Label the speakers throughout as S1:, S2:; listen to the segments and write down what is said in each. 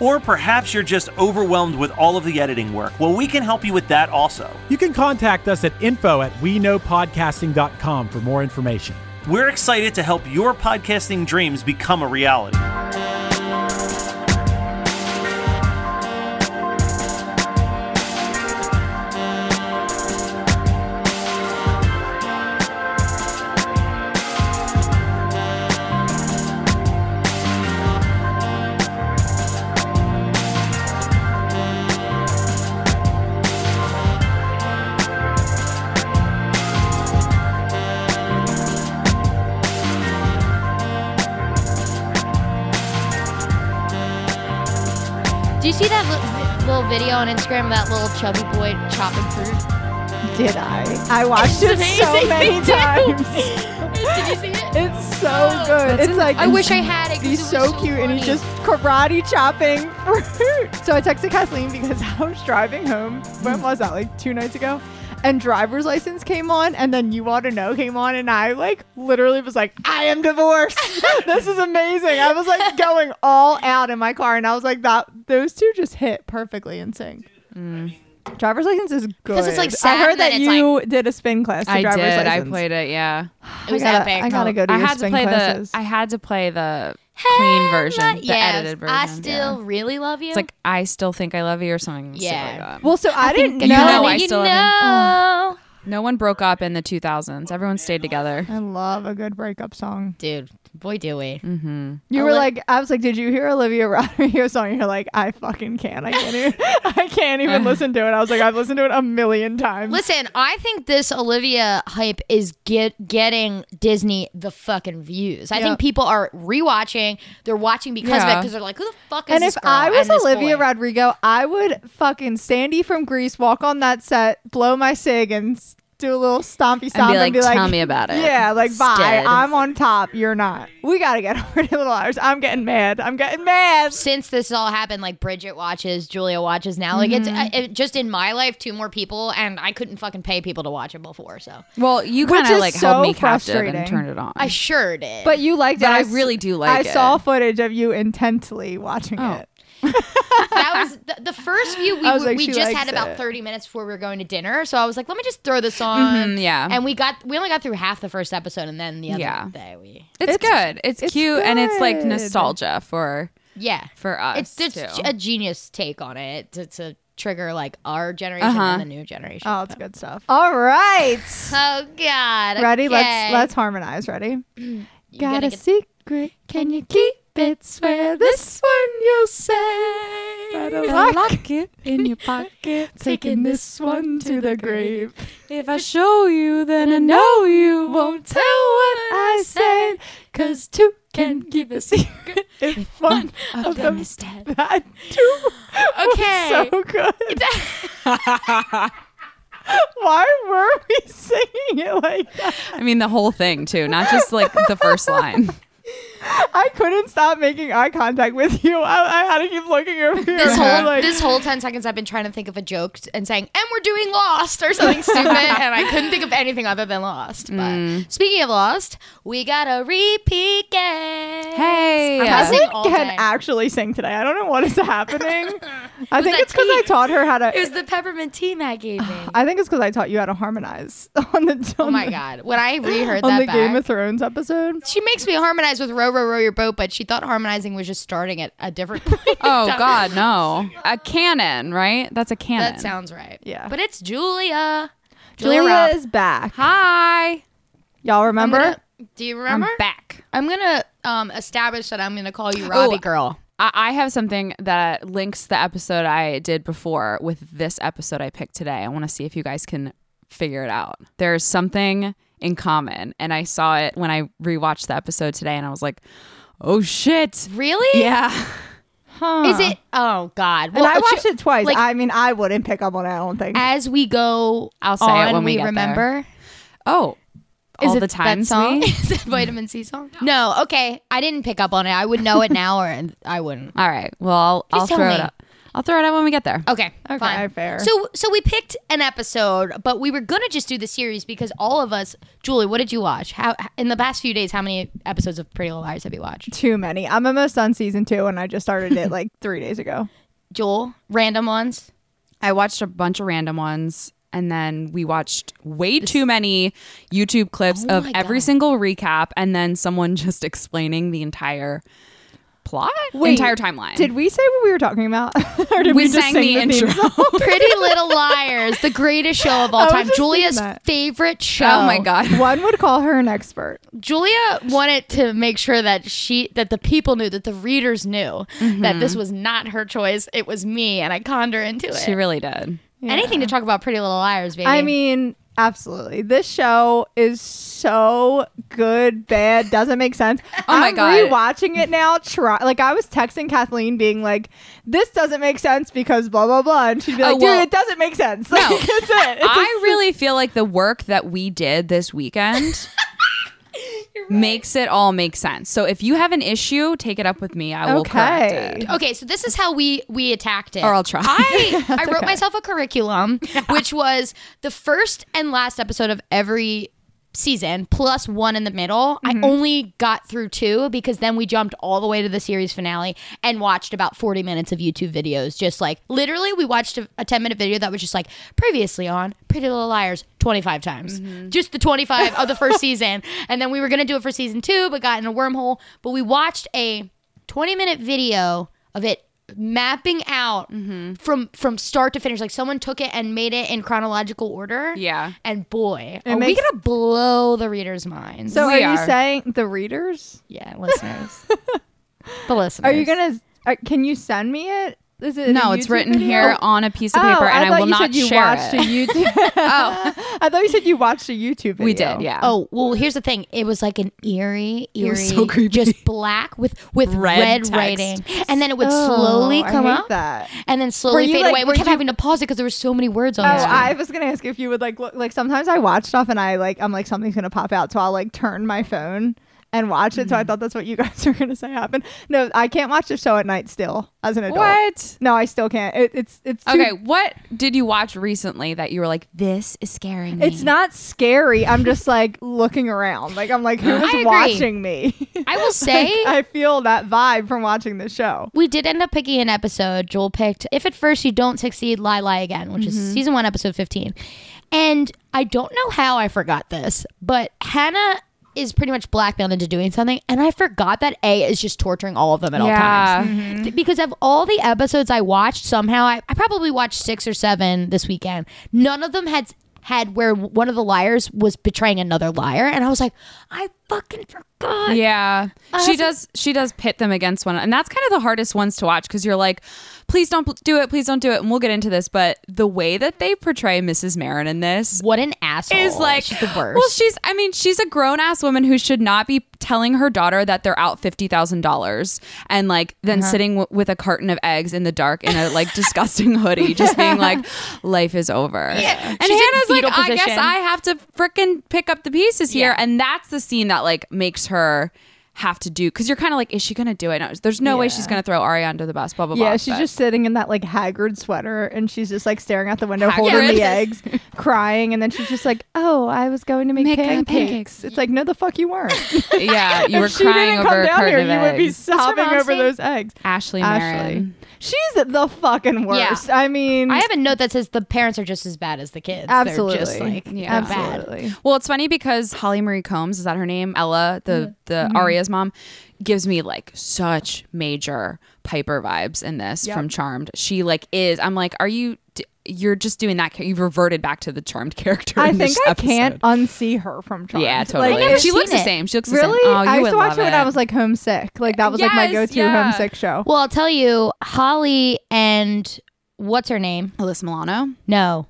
S1: Or perhaps you're just overwhelmed with all of the editing work. Well, we can help you with that also.
S2: You can contact us at info at weknowpodcasting.com for more information.
S1: We're excited to help your podcasting dreams become a reality.
S3: Do you see that li- little video on Instagram of that little chubby boy chopping fruit?
S4: Did I? I watched it
S3: It's
S4: so
S3: amazing. Me
S4: many
S3: too.
S4: times.
S3: Did you see it?
S4: It's so good.
S5: That's
S4: It's like
S3: I wish I had it. 'cause
S4: He's
S3: it was
S4: so cute, and he's
S3: funny.
S4: just karate chopping fruit. So I texted Kathleen because I was driving home. When was that? Like two nights ago. And driver's license came on, and then you want to know came on, and I like literally was like, I am divorced. this is amazing. I was like going all out in my car, and I was like, that those two just hit perfectly in sync. Driver's license is good.
S3: Mm. it's, like,
S4: I
S3: sad
S4: heard
S3: and then
S4: that
S3: it's,
S4: you did a spin class. To
S5: I did.
S4: driver's
S5: I
S4: License.
S5: played it. Yeah.
S3: It was
S4: I gotta,
S3: epic.
S4: I gotta go to
S5: I
S4: your
S5: had to
S4: spin
S5: play
S4: classes.
S5: the. I had to play the
S3: Hell
S5: clean version,
S3: no-
S5: the
S3: yes,
S5: edited version.
S3: I
S5: yeah.
S3: still really love you.
S5: It's like I still think I love you or something. stupid
S3: Yeah.
S5: like that.
S4: well, so I, didn't
S3: you
S4: know.
S3: know,
S5: No, I
S3: you
S5: still haven't.
S3: know.
S5: no one broke up in the 2000s. Everyone stayed together.
S4: I love a good breakup song.
S3: dude. Boy, do we.
S4: You
S3: I
S5: Oh,
S4: were
S3: li-
S4: like, I was like, did you hear Olivia Rodrigo's song? You're like, I fucking can't. I can't even. I can't even listen to it. I was like, I've listened to it a million times.
S3: Listen, I think this Olivia hype is get getting Disney the fucking views. I
S4: Yeah.
S3: think people are rewatching. They're watching because of it
S5: Yeah.
S3: because they're like, who the fuck is
S4: and
S3: this
S4: if
S3: girl
S4: I
S3: and
S4: was
S3: this
S4: Olivia
S3: boy?
S4: Rodrigo, I would fucking Sandy from Greece walk on that set, blow my sig, and s- do a little stompy
S5: And
S4: stomp,
S5: be like,
S4: and be like,
S5: tell me about it.
S4: Yeah, like bye.
S5: Instead.
S4: I'm on top. You're not. We gotta get hard little hours. I'm getting mad. I'm getting mad.
S3: Since this all happened, like Bridget watches, Julia watches now. Like
S4: Mm-hmm.
S3: it's I, it, just in my life, two more people, and I couldn't fucking pay people to watch it before. So
S5: Well, you
S4: Which
S5: kind of
S4: is
S5: like
S4: so
S5: held me captive
S4: frustrating.
S5: and turned it on. Mm,
S3: I sure did.
S4: But you liked
S5: But
S4: it.
S5: I
S4: s-
S5: really do like
S4: I
S5: it.
S4: saw footage of you intently watching
S5: Oh.
S4: it.
S3: that was the, the first view. We,
S4: I was
S3: w-
S4: like,
S3: we
S4: she
S3: just
S4: likes
S3: had about
S4: it.
S3: thirty minutes before we were going to dinner, so I was like, let me just throw this
S4: Mm-hmm,
S3: on.
S5: Mhm, yeah.
S3: and we got we only got through half the first episode, and then the other
S5: Yeah.
S3: day we
S5: it's, good. It's,
S4: it's
S5: cute and it's like
S4: good.
S5: nostalgia for
S3: yeah
S5: for us.
S3: it's it's
S5: too.
S3: a genius take on it to, to trigger like our generation
S5: Uh-huh.
S3: and the new generation.
S4: Oh, it's good stuff. All right.
S3: Oh God!
S4: Ready? Let's
S3: okay.
S4: let's harmonize. Ready?
S3: You gotta
S4: Got a
S3: get-
S4: secret. Can you keep it? Swear this one you'll say. Better lock it
S5: in your pocket.
S4: taking this one to the grave.
S5: If I show you,
S3: uh,
S5: then I know you won't tell what
S4: I said, cause two can keep a secret if one of them is dead. That two. was
S3: Okay.
S4: so good. Why were we singing it like that?
S5: I mean, the whole thing too, not just like the first line.
S4: I couldn't stop making eye contact with you. I, I had to keep looking over here.
S3: This whole
S4: like,
S3: this whole ten seconds, I've been trying to think of a joke and saying, "And we're doing Lost" or something stupid, and I couldn't think of anything other than Lost. But speaking of Lost, we got a repeat game.
S5: Hey, uh,
S3: Has
S4: Kathleen
S3: sing all
S4: can
S3: day.
S4: actually sing today. I don't know what is happening. I think
S3: that
S4: it's because I
S3: tea?
S4: taught her how to.
S3: It was the peppermint tea Matt gave me.
S4: I think it's because I taught you how to harmonize on the
S3: oh my
S4: on the-
S3: god! When I reheard
S4: on
S3: that
S4: the
S3: back,
S4: Game of Thrones episode.
S3: she makes me harmonize with Ro row, row your boat, but she thought harmonizing was just starting at a different point. in
S5: Oh
S3: time.
S5: God, no! A cannon, right? That's a cannon.
S3: That sounds right.
S4: Yeah.
S3: But it's Julia. Julia,
S4: Julia
S3: Roberts.
S4: is back.
S5: Hi.
S4: Y'all remember?
S3: I'm gonna- do you remember?
S5: I'm back.
S3: I'm gonna um, establish that I'm gonna call you Robbie Girl.
S5: I, I have something that links the episode I did before with this episode I picked today. I want to see if you guys can figure it out. There's something in common, and I saw it when I rewatched the episode today, and I was like, "Oh shit!"
S3: Really?
S5: Yeah.
S3: Is it? Oh God.
S4: and I
S3: it's-
S4: watched it twice.
S3: like-
S4: I mean, I wouldn't pick up on it, I don't think.
S3: As we go,
S5: I'll say it
S3: on,
S5: when we get
S3: remember.
S5: Oh. all
S3: Is it
S5: the time
S3: that song? is it Vitamin C song? No. Okay, I didn't pick up on it. I would know it now, or I wouldn't.
S5: All right. Well, I'll, I'll
S3: Please tell
S5: throw it
S3: me.
S5: up. I'll throw it out when we get there.
S3: Okay.
S4: Okay,
S3: fine.
S4: fair.
S3: So, so we picked an episode, but we were gonna just do the series because all of us. Julie, what did you watch? How in the past few days? How many episodes of Pretty Little Liars have you watched?
S4: Too many. I'm almost on season two, and I just started it like three days ago.
S3: Joel, random ones.
S5: I watched a bunch of random ones and then we watched way too many YouTube clips
S3: Oh
S5: of
S3: my
S5: every
S3: God.
S5: single recap and then someone just explaining the entire plot, entire timeline.
S4: Did we say what we were talking about? or did
S5: we,
S4: just
S5: sang the,
S4: sing theme
S5: intro?
S4: song?
S3: Pretty Little Liars, the greatest show of all
S4: was
S3: time.
S4: just
S3: Julia's
S4: thinking that.
S3: favorite show.
S5: oh my god.
S4: One would call her an expert.
S3: Julia wanted to make sure that she that the people knew that the readers knew that this was not her choice. It was me, and I conned her into it.
S5: Mm-hmm. She really did.
S3: Anything to talk about Pretty Little Liars, baby.
S4: I mean, absolutely. This show is so good, bad, doesn't make sense.
S5: Oh my
S4: I'm
S5: God.
S4: Rewatching it now, try like I was texting Kathleen, being like, "This doesn't make sense because blah blah blah," and she'd be
S5: Oh,
S4: like,
S5: well-
S4: "Dude, it doesn't make sense." Like,
S5: No.
S4: that's it. It's
S5: I really feel like the work that we did this weekend makes it all make sense. So if you have an issue, take it up with me. I will correct
S4: Okay.
S5: it.
S3: okay, so this is how we we attacked it.
S5: Or I'll try.
S3: I, I wrote myself a curriculum, which was the first and last episode of every season plus one in the middle. I only got through two because then we jumped all the way to the series finale and watched about 40 minutes of YouTube videos. Just like literally, we watched a, a 10 minute video that was just like previously on Pretty Little Liars 25 times. Just the 25 of the first season. And then we were going to do it for season two, but got in a wormhole. But we watched a 20 minute video of it mapping out from from start to finish like someone took it and made it in chronological order
S5: Yeah.
S3: and boy are
S4: makes-
S3: we gonna blow the readers minds
S4: So are,
S5: We
S4: you
S5: are.
S4: saying the readers?
S3: yeah listeners the listeners
S4: Are you gonna? Uh, can you send me it? Is it?
S5: No,
S4: a
S5: it's
S4: YouTube
S5: written
S4: video?
S5: here on a piece of
S4: Oh,
S5: paper and I,
S4: thought
S5: will
S4: you
S5: not
S4: said you
S5: share
S4: watched
S5: it.
S4: A YouTube- oh, I thought you said you watched a YouTube. Video.
S5: we did, yeah.
S3: oh well here's the thing it was like an eerie eerie
S5: was so creepy.
S3: just black with with
S5: Red
S3: red,
S5: text.
S3: writing and then it would
S4: Oh,
S3: slowly
S4: I
S3: come
S4: hate
S3: up
S4: that.
S3: and then
S4: Were
S3: slowly
S4: you,
S3: fade
S4: like-
S3: away
S4: were
S3: we kept
S4: you-
S3: having to pause it because there were so many words on
S4: Oh,
S3: the screen.
S4: I was gonna ask if you would like look like sometimes I watch stuff and I like I'm like something's gonna pop out, so I'll like turn my phone and watch it. So I thought that's what you guys were gonna say happened. No, I can't watch the show at night still as an adult.
S5: What?
S4: No, I still can't. It, it's it's too,
S5: Okay, what did you watch recently that you were like, this is scaring me?
S4: It's not scary. I'm just like looking around. Like I'm like
S3: agree.
S4: who's watching me?
S3: I will say
S4: I feel that vibe from watching the show.
S3: we did end up picking an episode. Joel picked If at First You Don't Succeed, Lie Lie Again, which
S5: Mm-hmm.
S3: is season one, episode 15. And I don't know how I forgot this, but Hannah is pretty much blackmailed into doing something. And I forgot that A is just torturing all of them at all times.
S5: Yeah. Mm-hmm.
S3: Th- Because of all the episodes I watched, somehow I, I probably watched six or seven this weekend. None of them had had where one of the liars was betraying another liar, and I was like, I fucking forgot.
S5: Yeah.
S4: Oh,
S5: She does she does pit them against one and that's kind of the hardest ones to watch cuz you're like, please don't pl- do it, please don't do it. And we'll get into this, but the way that they portray Mrs. Marin in this
S3: What an asshole!
S5: is like
S3: She's the worst.
S5: Well, she's I mean, she's a grown-ass woman who should not be telling her daughter that they're out $50,000 and like then
S4: Uh-huh.
S5: sitting w- with a carton of eggs in the dark in a like disgusting hoodie just being like life is over. And
S3: She's in
S5: Hannah's like,
S3: fetal
S5: I guess
S3: position.
S5: I have to frickin' pick up the pieces here. And that's the scene that like makes her have to do because you're kind of like, is she gonna do it? No, there's no way she's gonna throw Ari under the bus. Blah blah blah.
S4: Yeah, she's
S5: But-
S4: just sitting in that like Hagrid sweater, and she's just like staring out the window,
S5: Hagrid.
S4: holding the eggs, crying, and then she's just like, "Oh, I was going to make,
S5: Make, uh,
S4: pancakes.
S5: pancakes.
S4: It's like, no, the fuck you weren't.
S5: yeah. You were
S4: if she
S5: crying
S4: didn't come
S5: over a
S4: down
S5: carton
S4: here,
S5: of
S4: you would be
S5: eggs.
S4: sobbing
S3: mom
S4: over
S3: saying?
S4: those eggs.
S5: Ashley,
S4: Ashley,
S5: Marin.
S4: she's the fucking worst. I mean,
S3: I have a note that says the parents are just as bad as the kids.
S4: absolutely,
S3: They're just like, they're
S5: Yeah.
S3: bad.
S4: absolutely. Mm-hmm.
S5: Well, it's funny because Holly Marie Combs is that her name? Ella, the the Aria's mom, gives me like such major Piper vibes in this
S4: Yep.
S5: from Charmed. She like is. I'm like, are you? d- You're just doing that. ca- You've reverted back to the Charmed character.
S4: I
S5: in
S4: think
S5: this
S4: I
S5: episode.
S4: can't unsee her from Charmed.
S5: Yeah, totally.
S4: Like,
S3: never
S5: she looks
S3: seen
S5: the
S3: it.
S5: same. She looks
S4: really?
S5: The same. Oh, you
S4: I used
S5: would
S4: to watch
S5: love
S4: it when I was like homesick. Like that was like my
S5: Yes,
S4: go-to
S5: yeah.
S4: homesick show.
S3: Well, I'll tell you, Holly and what's her name?
S5: Alyssa Milano.
S4: Mm-hmm.
S3: No.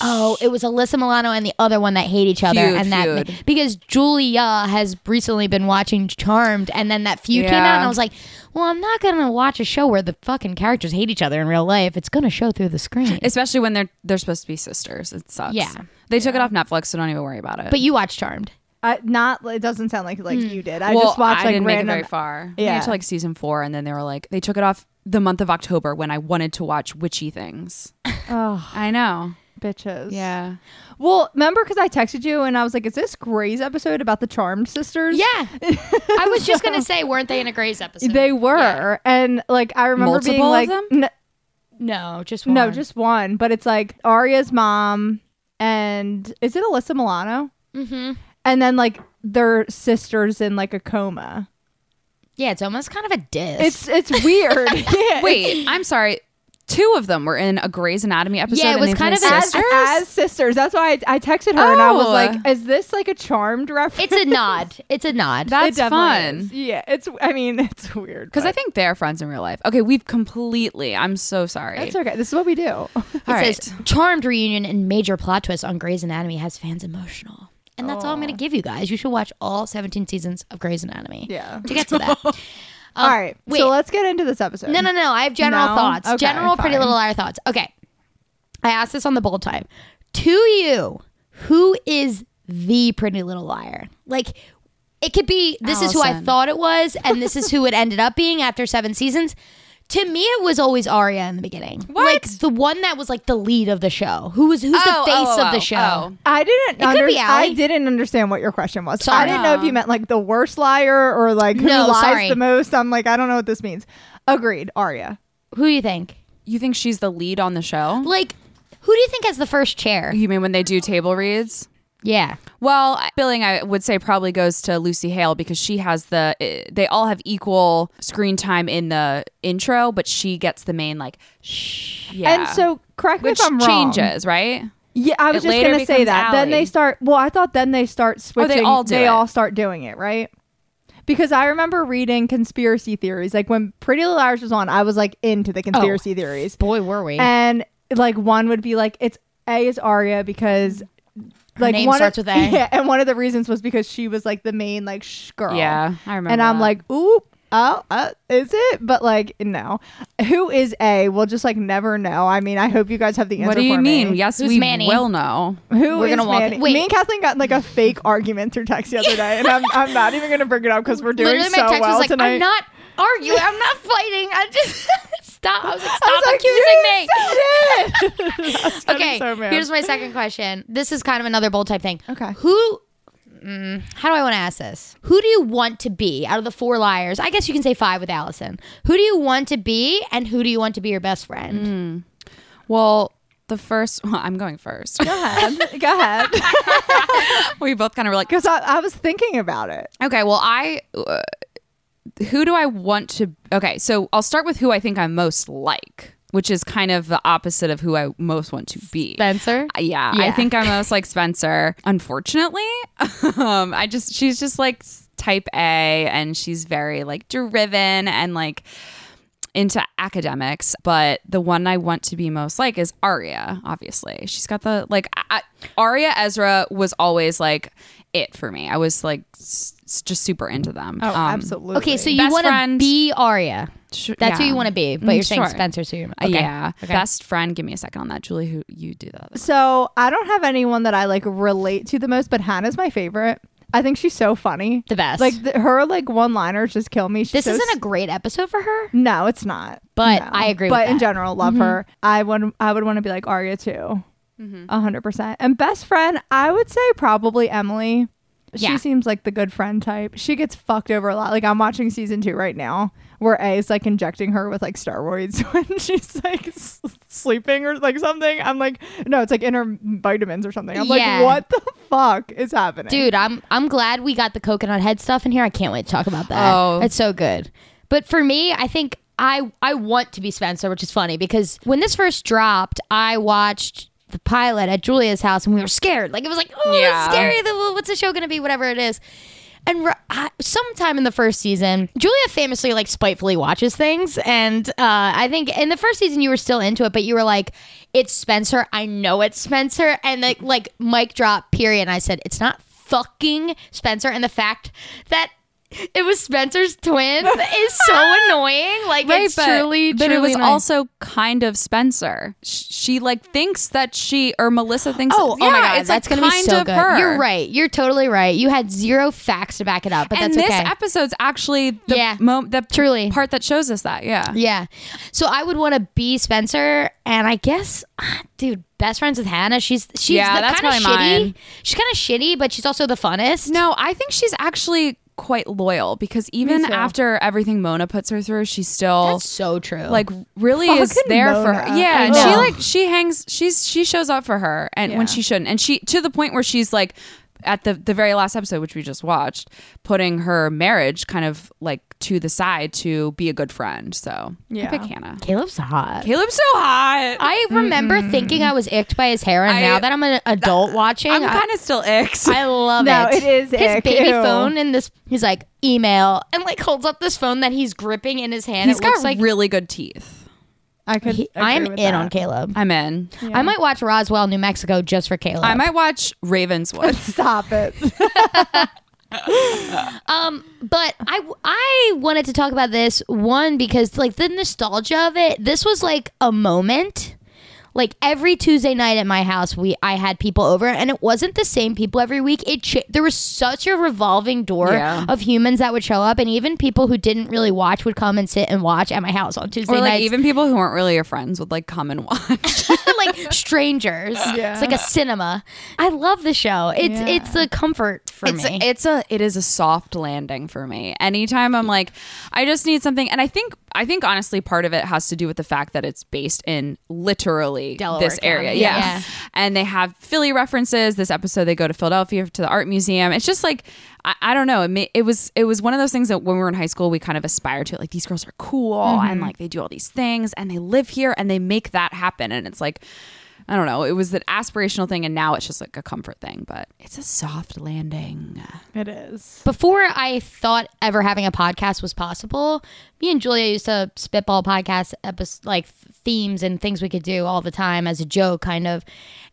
S3: Oh, it was Alyssa Milano and the other one that hate each other,
S5: Feud,
S3: and that
S5: feud.
S3: because Julia has recently been watching Charmed, and then that feud came out,
S5: Yeah.
S3: and I was like, "Well, I'm not gonna watch a show where the fucking characters hate each other in real life. It's gonna show through the screen."
S5: Especially when they're they're supposed to be sisters. It sucks.
S3: Yeah.
S5: They took it off Netflix, so don't even worry about it.
S3: but you watch Charmed.
S4: I, not it doesn't sound like like you did. I
S5: Hmm. well,
S4: just watched
S5: I
S4: like
S5: didn't
S4: random.
S5: make it very far.
S4: Yeah.
S5: Yeah, to like season four, and then they were like, they took it off the month of October when I wanted to watch witchy things.
S4: Ugh,
S5: I know.
S4: bitches.
S5: Yeah.
S4: Well, remember because I texted you and I was like, "Is this Grey's episode about the Charmed sisters?"
S3: Yeah, I was just gonna say, weren't they in a Grey's episode?
S4: They were, and like I remember being
S5: Multiple of
S4: like,
S5: them?
S4: N-
S3: no, just one.
S4: "No, just one." But it's like Arya's mom, and is it Alyssa Milano?
S3: hmm
S5: Mm-hmm.
S4: And then like their sisters in like a coma.
S3: yeah. It's almost kind of a diss.
S4: It's it's weird. yeah,
S5: Wait, I'm sorry. Two of them were in a Grey's Anatomy episode.
S3: Yeah, it
S5: and
S3: was
S5: they
S3: kind
S5: played
S3: of an-
S4: as,
S5: sisters.
S4: as sisters. That's why I, I texted her and I was
S5: Oh.
S4: like, "Is this like a Charmed reference?"
S3: it's a nod. It's a nod.
S5: That's
S4: definitely
S5: fun.
S4: is. Yeah, it's. I mean, it's weird
S5: Because I
S4: but-
S5: think they're friends in real life. Okay, we've completely. I'm so sorry.
S4: that's okay. This is what we do.
S3: It
S5: All
S3: says charmed reunion and major plot twist on Grey's Anatomy has fans emotional. And that's all I'm going to give you guys. You should watch all 17 seasons of Grey's Anatomy.
S4: Yeah.
S3: To get to that. Um,
S4: All right.
S3: Wait.
S4: So let's get into this episode.
S3: no, no, no. I have general
S4: No?
S3: thoughts.
S4: Okay,
S3: general Pretty
S4: fine.
S3: Little Liar thoughts. Okay. I asked this on the bold time. To you, who is the Pretty Little Liar? Like, it could be this is who I
S5: Allison.
S3: thought it was, and this is who it ended up being after seven seasons. To me, it was always Arya in the beginning.
S5: What?
S3: Like the one that was like the lead of the show. Who was who's
S5: Oh,
S3: the face
S5: oh,
S3: of the
S5: oh,
S3: show?
S5: oh.
S4: I didn't.
S3: could
S4: under-
S3: be Ally.
S4: I didn't understand what your question was. I
S3: Sorry.
S4: didn't know if you meant like the worst liar or like who
S3: No,
S4: lies
S3: sorry.
S4: the most. I'm like, I don't know what this means. Agreed, Arya.
S3: Who do you think?
S5: You think she's the lead on the show?
S3: Like, who do you think has the first chair?
S5: You mean when they do table reads?
S3: Yeah.
S5: Well, I- billing I would say probably goes to Lucy Hale because she has the eh, they all have equal screen time in the intro, but she gets the main like shh. Yeah.
S4: And so, correct me
S5: which
S4: if I'm wrong.
S5: changes, right?
S4: Yeah, I was
S5: It
S4: just
S5: later
S4: gonna say
S5: becomes
S4: that. Then
S5: Ally.
S4: they start. Well, I thought then they start
S5: Oh,
S4: switching.
S5: they all do
S4: They
S5: it.
S4: all start doing it, right? Because I remember reading conspiracy theories. Like when Pretty Little Liars was on, I was like into the conspiracy theories.
S3: Boy, were we.
S4: and like one would be like it's A is Arya because like
S3: name
S4: one
S3: starts
S4: of,
S3: with A.
S4: Yeah, and one of the reasons was because she was like the main like shh girl.
S5: Yeah, I remember
S4: And I'm
S5: that.
S4: like, ooh, oh, uh, is it? But like, no. Who is A? We'll just like never know. I mean, I hope you guys have the answer.
S5: What do you
S4: for
S5: mean?
S4: Me.
S5: Yes,
S3: Who's
S5: we
S3: Manny?
S5: will know.
S4: Who
S3: We're
S4: is
S3: gonna walk
S4: Manny?
S3: it- wait.
S4: Me and Kathleen got in, like a fake argument through text the other day, and I'm, I'm not even gonna bring it up because we're doing
S3: Literally, my
S4: so
S3: text
S4: well
S3: was like,
S4: tonight.
S3: I'm not arguing. I'm not fighting. I just. Stop. I was like,
S4: I was
S3: stop
S4: like,
S3: accusing me.
S4: you said it. I was getting
S3: Okay.
S4: so mad.
S3: here's my second question. This is kind of another bold type thing.
S4: Okay.
S3: Who. Mm, how do I want to ask this? Who do you want to be out of the four liars? I guess you can say five with Allison. Who do you want to be, and who do you want to be your best friend?
S4: Mm.
S5: Well, the first well, I'm going first.
S4: Go ahead. Go ahead.
S5: we both kind of were like,
S4: Because I, I was thinking about it.
S5: Okay, well, I. Uh, who do I want to. Okay, so I'll start with who I think I'm most like, which is kind of the opposite of who I most want to be.
S3: Spencer?
S5: Uh, Yeah, I
S3: Uh, Yeah.
S5: think I'm most like Spencer. Unfortunately, um, I just. She's just like s- type A and she's very like driven and like into academics but the one i want to be most like is aria obviously she's got the like I, I- aria ezra was always like it for me i was like s- s- just super into them
S4: Oh,
S5: Um,
S4: absolutely.
S3: Okay, so you
S5: Best
S3: want to
S5: friend.
S3: be Arya.
S5: sh-
S3: That's who
S5: yeah.
S3: you want to be, but
S5: Mm,
S3: you're saying
S5: sure.
S3: Spencer's who you're.
S5: Uh,
S3: Okay.
S5: yeah best friend give me a second on that julie who you do that
S4: So I don't have anyone that I like relate to the most, but Hannah's my favorite. I think she's so funny.
S3: The best.
S4: Like th- her like one liners just kill me. She's
S3: This
S4: so
S3: isn't
S4: s-
S3: a great episode for her.
S4: no, it's not.
S3: But
S4: No.
S3: I agree
S4: But
S3: with
S4: in
S3: that. Mm-hmm.
S4: general, love her. I would I would want to be like Arya too,
S3: Mm-hmm.
S4: a hundred percent. And best friend, I would say probably Emily. She
S3: Yeah.
S4: seems like the good friend type. She gets fucked over a lot. Like I'm watching season two right now, where A is like injecting her with like steroids when she's like s- sleeping or like something. I'm like, no, it's like in her vitamins or something. I'm
S3: Yeah.
S4: like, what the fuck is happening?
S3: Dude, I'm I'm glad we got the coconut head stuff in here. I can't wait to talk about that.
S5: Oh.
S3: it's so good. But for me, I think I I want to be Spencer, which is funny because when this first dropped, I watched the pilot at Julia's house and we were scared. Like it was like, oh,
S5: Yeah.
S3: it's scary. The- What's the show going to be? Whatever it is. And r I sometime in the first season, Julia famously like spitefully watches things, and uh, I think in the first season you were still into it, but you were like, "It's Spencer. I know it's Spencer." And like, like mic drop. Period. And I said, "It's not fucking Spencer." And the fact that it was Spencer's twin is so annoying. Like, it's truly,
S5: but it
S3: truly
S5: was
S3: annoying.
S5: also kind of Spencer. Sh- She like thinks that she or Melissa thinks.
S3: Oh,
S5: yeah,
S3: oh my god,
S5: it's
S3: that's
S5: like,
S3: gonna be
S5: kind
S3: so
S5: of
S3: good.
S5: her.
S3: You're right. You're totally right. You had zero facts to back it up, but
S5: and
S3: that's
S5: this
S3: okay.
S5: episode's actually the
S3: Yeah.
S5: mo- the
S3: Truly.
S5: part that shows us that. Yeah,
S3: Yeah. So I would want to be Spencer, and I guess, ah, dude, best friends with Hannah. She's she's
S5: Yeah,
S3: the
S5: that's
S3: kind of shitty.
S5: probably mine.
S3: She's kind of shitty, but she's also the funnest.
S5: No, I think she's actually quite loyal because even after everything Mona puts her through, she's still
S3: that's so true.
S5: like really
S3: Oh,
S5: is
S4: Fucking
S5: there for
S4: Mona.
S5: her. Yeah,
S3: I
S5: and she
S3: know.
S5: like she hangs she's she shows up for her and when she shouldn't. And she to the point where she's like at the the very last episode which we just watched, putting her marriage kind of like to the side to be a good friend. So, yeah.
S4: Yeah.
S5: I pick Hannah.
S3: Caleb's hot.
S5: Caleb's so hot. I,
S3: I remember thinking I was icked by his hair, and
S5: I-
S3: now that I'm an adult watching,
S5: am
S3: I-
S5: kind of still icks.
S3: I love
S4: No,
S3: it.
S4: it is
S3: his
S4: ick,
S3: baby
S4: ew.
S3: phone, and this he's like email, and like holds up this phone that he's gripping in his hand.
S5: He's
S3: it
S5: got
S3: looks like
S5: really good teeth.
S4: I could.
S3: he-
S4: agree
S3: I'm in
S4: with
S3: on
S4: that.
S3: Caleb.
S5: I'm in.
S3: I might watch Roswell, New Mexico, just for Caleb.
S5: I might watch Ravenswood.
S4: Stop it.
S3: but I I wanted to talk about this one because like the nostalgia of it. This was like a moment. Like every Tuesday night at my house, we I had people over, and it wasn't the same people every week. It cha- there was such a revolving door
S5: Yeah.
S3: of humans that would show up, and even people who didn't really watch would come and sit and watch at my house on Tuesday
S5: Or like
S3: nights.
S5: even people who weren't really your friends would like come and watch.
S3: like strangers, it's like a cinema. I love the show. It's it's a comfort for
S5: it's,
S3: me.
S5: It's a it is a soft landing for me. Anytime I'm like, I just need something, and I think I think honestly, part of it has to do with the fact that it's based in literally
S3: Delaware
S5: this area,
S3: County,
S5: yeah.
S3: yeah.
S5: And they have Philly references. This episode, they go to Philadelphia to the art museum. It's just like. I, I don't know. It, ma- it was it was one of those things that when we were in high school, we kind of aspired to. Like these girls are cool, and like they do all these things, and they live here, and they make that happen. And it's like, I don't know. It was an aspirational thing, and now it's just like a comfort thing. But it's a soft landing.
S4: it is.
S3: before I thought ever having a podcast was possible, me and Julia used to spitball podcast episodes, like th- themes and things we could do all the time as a joke, kind of.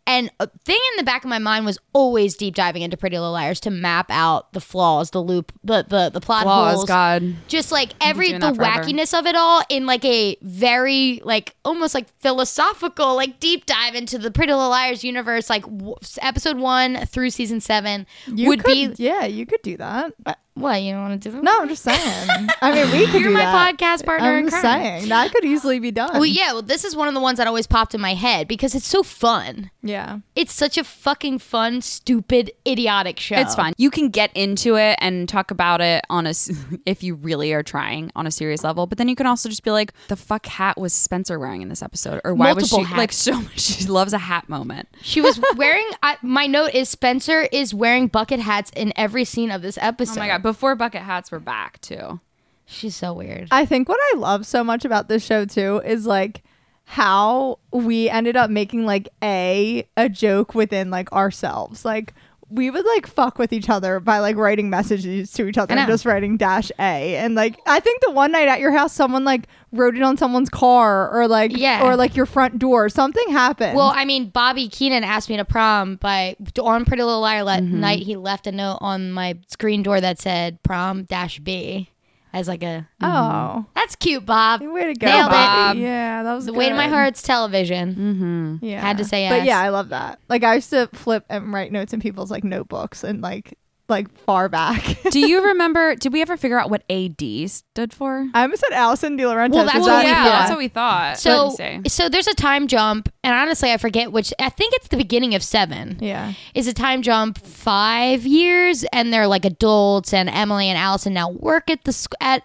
S3: And a thing in the back of my mind was always deep diving into Pretty Little Liars to map out the flaws, the loop, the the, the plot
S5: Flaws,
S3: holes,
S5: God.
S3: just like every
S5: doing
S3: the
S5: that forever.
S3: wackiness of it all in like a very like almost like philosophical like deep dive into the Pretty Little Liars universe, like w- episode one through season seven
S4: You
S3: would
S4: could,
S3: be.
S4: Yeah, you could do that.
S3: What you don't want to do? that?
S4: No, I'm just saying. I mean, we could
S3: You're
S4: do
S3: my
S4: that.
S3: podcast partner
S4: I'm
S3: in
S4: just
S3: crime.
S4: saying that could easily be done.
S3: Well, yeah, well, this is one of the ones that always popped in my head because it's so fun.
S4: yeah.
S3: It's such a fucking fun, stupid, idiotic show.
S5: It's fine. You can get into it and talk about it on a s- if you really are trying on a serious level. But then you can also just be like, the fuck hat was Spencer wearing in this episode, or why
S3: Multiple
S5: was she
S3: hats.
S5: like so much? She loves a hat moment.
S3: She was wearing. I, my note is Spencer is wearing bucket hats in every scene of this episode.
S5: Oh my god! Before bucket hats were back too.
S3: she's so weird.
S4: I think what I love so much about this show too is like how we ended up making like a a joke within like ourselves. Like we would like fuck with each other by like writing messages to each other and
S3: know.
S4: just writing dash A. And like I think the one night at your house someone like wrote it on someone's car or like
S3: Yeah.
S4: or like your front door. Something happened.
S3: Well, I mean, Bobby Keenan asked me to prom, but on Pretty Little Liar that night, he left a note on my screen door that said prom dash B as like a.
S4: oh.
S3: That's cute, Bob.
S4: Way to go,
S3: Nailed it.
S4: Bobby.
S5: um,
S4: Yeah, that was
S3: The way to my
S4: good.
S3: heart's television.
S4: Yeah.
S3: Had to say
S4: But
S3: yes.
S4: yeah, I love that. Like I used to flip and write notes in people's like notebooks and like like far back.
S5: Do you remember? did we ever figure out what AD stood for?
S4: I almost said Allison De Laurentiis.
S3: Well, that's
S4: Is
S3: what
S4: that-
S3: we
S4: yeah.
S3: thought. that's
S5: what we thought.
S3: So, so there's a time jump, and honestly, I forget which. I think it's the beginning of seven.
S4: Yeah.
S3: Is a time jump five years, and they're like adults, and Emily and Allison now work at the sc- at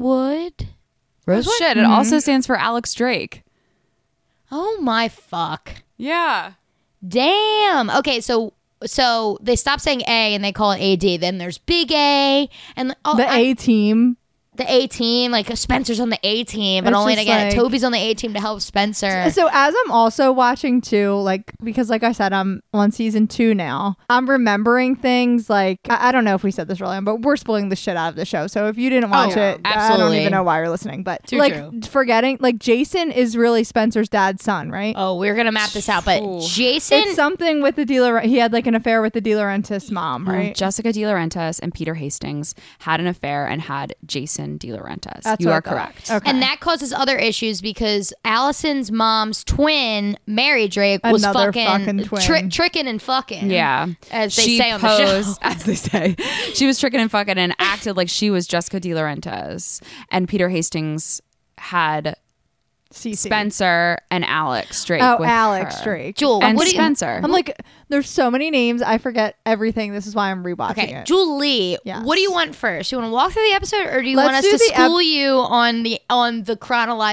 S3: Rosewood.
S5: oh, shit!
S3: Mm-hmm.
S5: It also stands for Alex Drake.
S3: Oh my fuck!
S5: Yeah.
S3: Damn. Okay, so so they stop saying A and they call it AD. Then there's Big A and oh,
S4: The
S3: I-
S4: A team.
S3: the A team. Like Spencer's on the A team, but
S4: It's
S3: only to
S4: just
S3: get
S4: like-
S3: Toby's on the A team to help Spencer.
S4: So as I'm also watching too, like because like I said, I'm on season two now. I'm remembering things like I, I don't know if we said this earlier, but we're spoiling the shit out of the show. So if you didn't watch it, I
S5: yeah.
S4: don't
S3: Oh, Absolutely.
S4: even know why you're listening. But
S5: Too
S4: like
S5: true.
S4: forgetting, like Jason is really Spencer's dad's son, right?
S3: oh, we're gonna map this out, but Jason.
S4: It's something with the dealer. He had like an affair with the De Laurentiis mom,
S5: Um,
S4: right?
S5: Jessica De Laurentiis and Peter Hastings had an affair and had Jason De Laurentiis.
S4: That's
S5: you
S4: what I
S5: are
S4: thought.
S5: correct.
S4: Okay.
S3: And that causes other issues because Allison's mom's twin, Mary Drake, was
S4: Another
S3: fucking,
S4: fucking twin.
S3: tri- tricking and fucking.
S5: Yeah.
S3: As they
S5: She
S3: say on the show.
S5: posed- As they say. She was tricking and fucking and acted like she was Jessica De Laurentiis. And Peter Hastings had
S4: CC.
S5: Spencer and Alex Drake.
S4: Oh,
S5: with
S4: Alex
S5: her.
S4: Drake.
S3: Jewel,
S5: And
S3: what do you-
S5: Spencer.
S4: I'm like, there's so many names. I forget everything. This is why I'm rewatching
S3: Okay,
S4: it.
S3: Julie,
S4: Yes.
S3: what do you want first? You want to walk through the episode, or do you
S4: Let's
S3: want us
S4: do
S3: to
S4: the ep-
S3: school you on the on the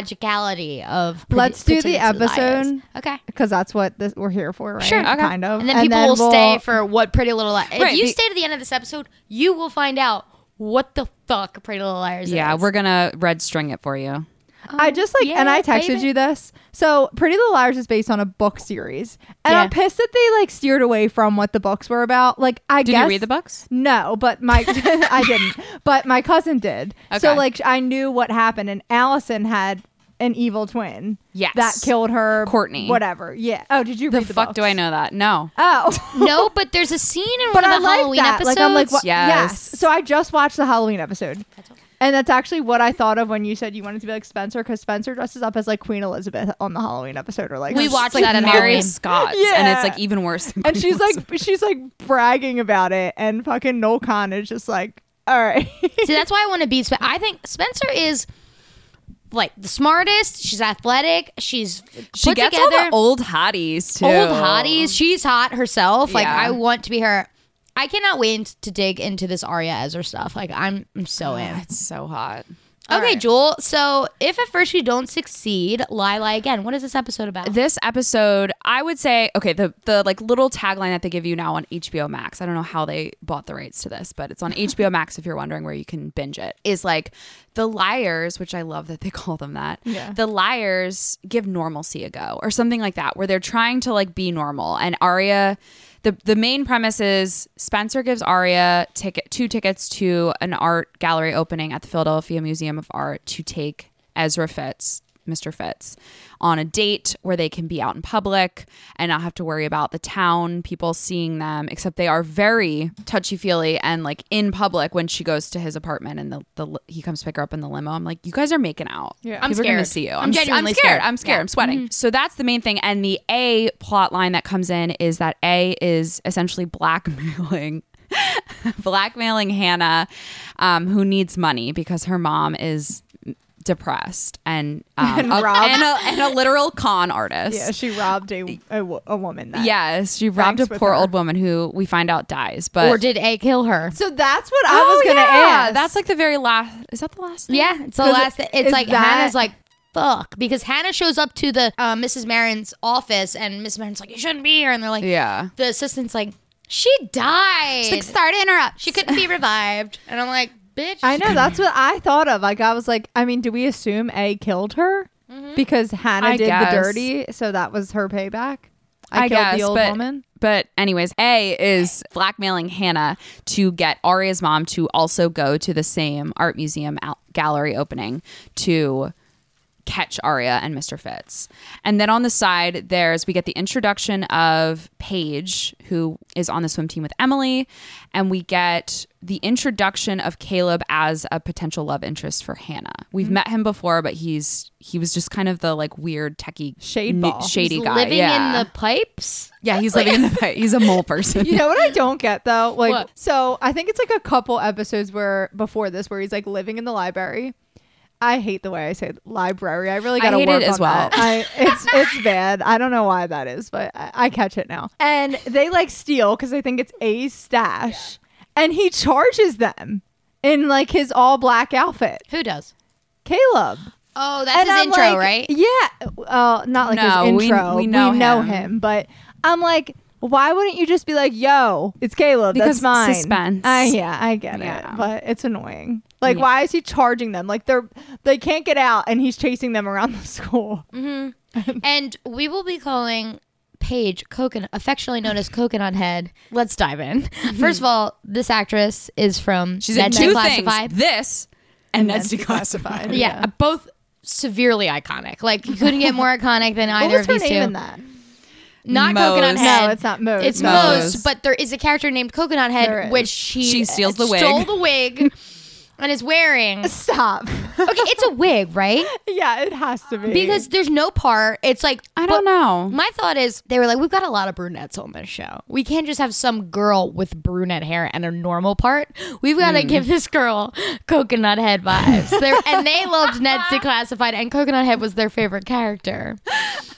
S3: chronologicality of? produ-
S4: Let's do the
S3: Pretty Little Liars?
S4: episode.
S3: Okay.
S4: because that's what this, we're here for, right?
S5: Sure, okay.
S4: kind of.
S3: And then people will
S4: we'll-
S3: stay for what Pretty Little Liars.
S5: Right,
S3: if you
S5: the-
S3: stay to the end of this episode, you will find out what the fuck Pretty Little Liars is.
S5: Yeah, we're going to red string it for you.
S4: I just like, and
S3: oh, yeah,
S4: I texted
S3: baby.
S4: you this. So, Pretty Little Liars is based on a book series, and
S3: Yeah.
S4: I'm pissed that they like steered away from what the books were about. Like, I
S5: Did
S4: guess
S5: you read the books?
S4: No, but my I didn't, but my cousin did. So
S5: Okay.
S4: like, I knew what happened, and Allison had an evil twin.
S5: Yes.
S4: that killed her.
S5: Courtney.
S4: whatever. Yeah. Oh, did you
S5: The,
S4: read the
S5: fuck do I
S4: books?
S5: know that? No.
S4: Oh.
S3: no, but there's a scene in
S4: But
S3: one
S4: I
S3: of the
S4: like
S3: Halloween
S4: that.
S3: episodes.
S4: Like I'm like, what?
S5: Yes.
S4: yes. So I just watched the Halloween episode, and that's actually what I thought of when you said you wanted to be like Spencer, because Spencer dresses up as like Queen Elizabeth on the Halloween episode, or like
S3: We
S4: she's
S3: watched
S4: like,
S3: that at
S4: Mary-
S5: Mary Scott's. And it's like even worse than
S4: and
S5: Queen
S4: she's
S5: Elizabeth.
S4: like, she's like bragging about it, and fucking Noel Khan is just like, all right,
S3: See, that's why I want to be. Spen- I think Spencer is like the smartest. She's athletic. She's
S5: She
S3: put
S5: gets
S3: together.
S5: all the old hotties too.
S3: old hotties. She's hot herself. Like
S5: Yeah.
S3: I want to be her. I cannot wait to dig into this Arya Ezra stuff. Like I'm, I'm so in.
S5: It's so hot.
S3: Okay, Jewel. So if at first you don't succeed, lie, lie again. What is this episode about?
S5: This episode, I would say, okay, the the like little tagline that they give you now on HBO Max. I don't know how they bought the rights to this, but it's on HBO Max if you're wondering where you can binge it. Is like the liars, which I love that they call them that.
S4: Yeah.
S5: The liars give normalcy a go or something like that, where they're trying to like be normal. And Arya the, the main premise is Spencer gives Arya ticket two tickets to an art gallery opening at the Philadelphia Museum of Art to take Ezra Fitz, Mr. Fitz, on a date where they can be out in public and not have to worry about the town people seeing them, except they are very touchy feely and like in public when she goes to his apartment and the, the he comes to pick her up in the limo. I'm like, you guys are making out. Yeah.
S3: I'm
S5: People are gonna
S3: scared.
S5: see you.
S3: I'm
S5: s-
S3: genuinely
S5: I'm scared.
S3: scared.
S5: I'm scared. I'm sweating. So that's the main thing. And the A plot line that comes in is that A is essentially blackmailing. blackmailing Hannah, um, who needs money because her mom is depressed and um,
S4: And
S5: a,
S4: robbed.
S5: and a, and a literal con artist.
S4: yeah, she robbed a a, wo- a woman. That.
S5: Yes, she robbed
S4: Banks
S5: a
S4: with
S5: poor
S4: her.
S5: old woman who we find out dies. But Oh,
S3: or did A kill her?
S4: So that's what I was gonna ask.
S5: That's like the very last. Is that the last? Thing?
S3: Yeah, it's the
S4: 'Cause
S3: last. It's
S4: is
S3: like
S4: that-
S3: Hannah's like fuck because Hannah shows up to the uh, Mrs. Marin's office and Mrs. Marin's like you shouldn't be here and they're like
S5: Yeah.
S3: The assistant's like she died.
S5: Like start in her up.
S3: she couldn't be revived and I'm like bitch.
S4: I know that's what I thought of. Like I was like, I mean, do we assume A killed her because Hannah
S5: I
S4: did
S5: guess.
S4: the dirty, so that was her payback? I,
S5: I,
S4: killed
S5: guess,
S4: the old
S5: but,
S4: woman.
S5: But anyways, A is blackmailing Hannah to get Arya's mom to also go to the same art museum al- gallery opening to catch Arya and Mr. Fitz. And then on the side, there's we get the introduction of Paige, who is on the swim team with Emily, and we get the introduction of Caleb as a potential love interest for Hannah. We've
S4: Mm-hmm.
S5: met him before, but he's he was just kind of the like weird techie
S4: Shade
S5: nu-
S4: ball.
S5: shady
S3: He's
S5: guy.
S3: living in
S5: yeah.
S3: the pipes.
S5: Yeah, he's living in the pit. He's a mole person.
S4: You know what I don't get though? Like
S5: What?
S4: so I think it's like a couple episodes where before this where he's like living in the library. I hate the way I say library. I really
S5: I
S4: gotta
S5: hate
S4: work
S5: it as
S4: on
S5: well.
S4: that. I, it's it's bad. I don't know why that is, but I, I catch it now. And they like steal because they think it's A's stash, and he charges them in like his all black outfit.
S3: Who does?
S4: Caleb.
S3: Oh, that's his
S4: I'm
S3: intro,
S4: like,
S3: right?
S4: Yeah. Uh, not like
S5: No,
S4: his
S5: we-
S4: intro.
S5: we know him.
S4: him, but I'm like, Why wouldn't you just be like, "Yo, it's Caleb.
S5: Because
S4: that's mine."
S5: suspense.
S4: I yeah, I get
S5: Yeah.
S4: it, but it's annoying. Like, why is he charging them? Like they're they can't get out, and he's chasing them around the school.
S3: And we will be calling Paige Coconut, affectionately known as Coconut Head. Let's dive in. First of all, this actress is from
S5: She's in
S3: Ned's
S5: two
S3: Declassified.
S5: things: this and that's declassified.
S4: Classified.
S3: Mm, Yeah, both severely iconic. Like you couldn't get more iconic than
S4: What
S3: either
S4: was
S3: of
S4: her
S3: these
S4: name
S3: two.
S4: in that?
S3: Not
S5: Moe's.
S3: Coconut
S5: No,
S3: Head.
S4: it's not Moe's.
S3: It's
S5: Moe's.
S3: Moe's, but there is a character named Coconut
S4: There
S3: Head,
S4: is.
S3: which she
S5: She steals the
S3: uh,
S5: wig.
S3: Stole the wig, and is wearing. Okay,
S4: Stop.
S3: it's a wig, right?
S4: yeah, it has to be
S3: Because there's no part. It's like
S5: I don't
S3: but
S5: know.
S3: My thought is they were like, we've got a lot of brunettes on this show. We can't just have some girl with brunette hair and a normal part. We've got
S4: Mm.
S3: to give this girl coconut head vibes. They're, and they loved Ned's Declassified, and Coconut Head was their favorite character,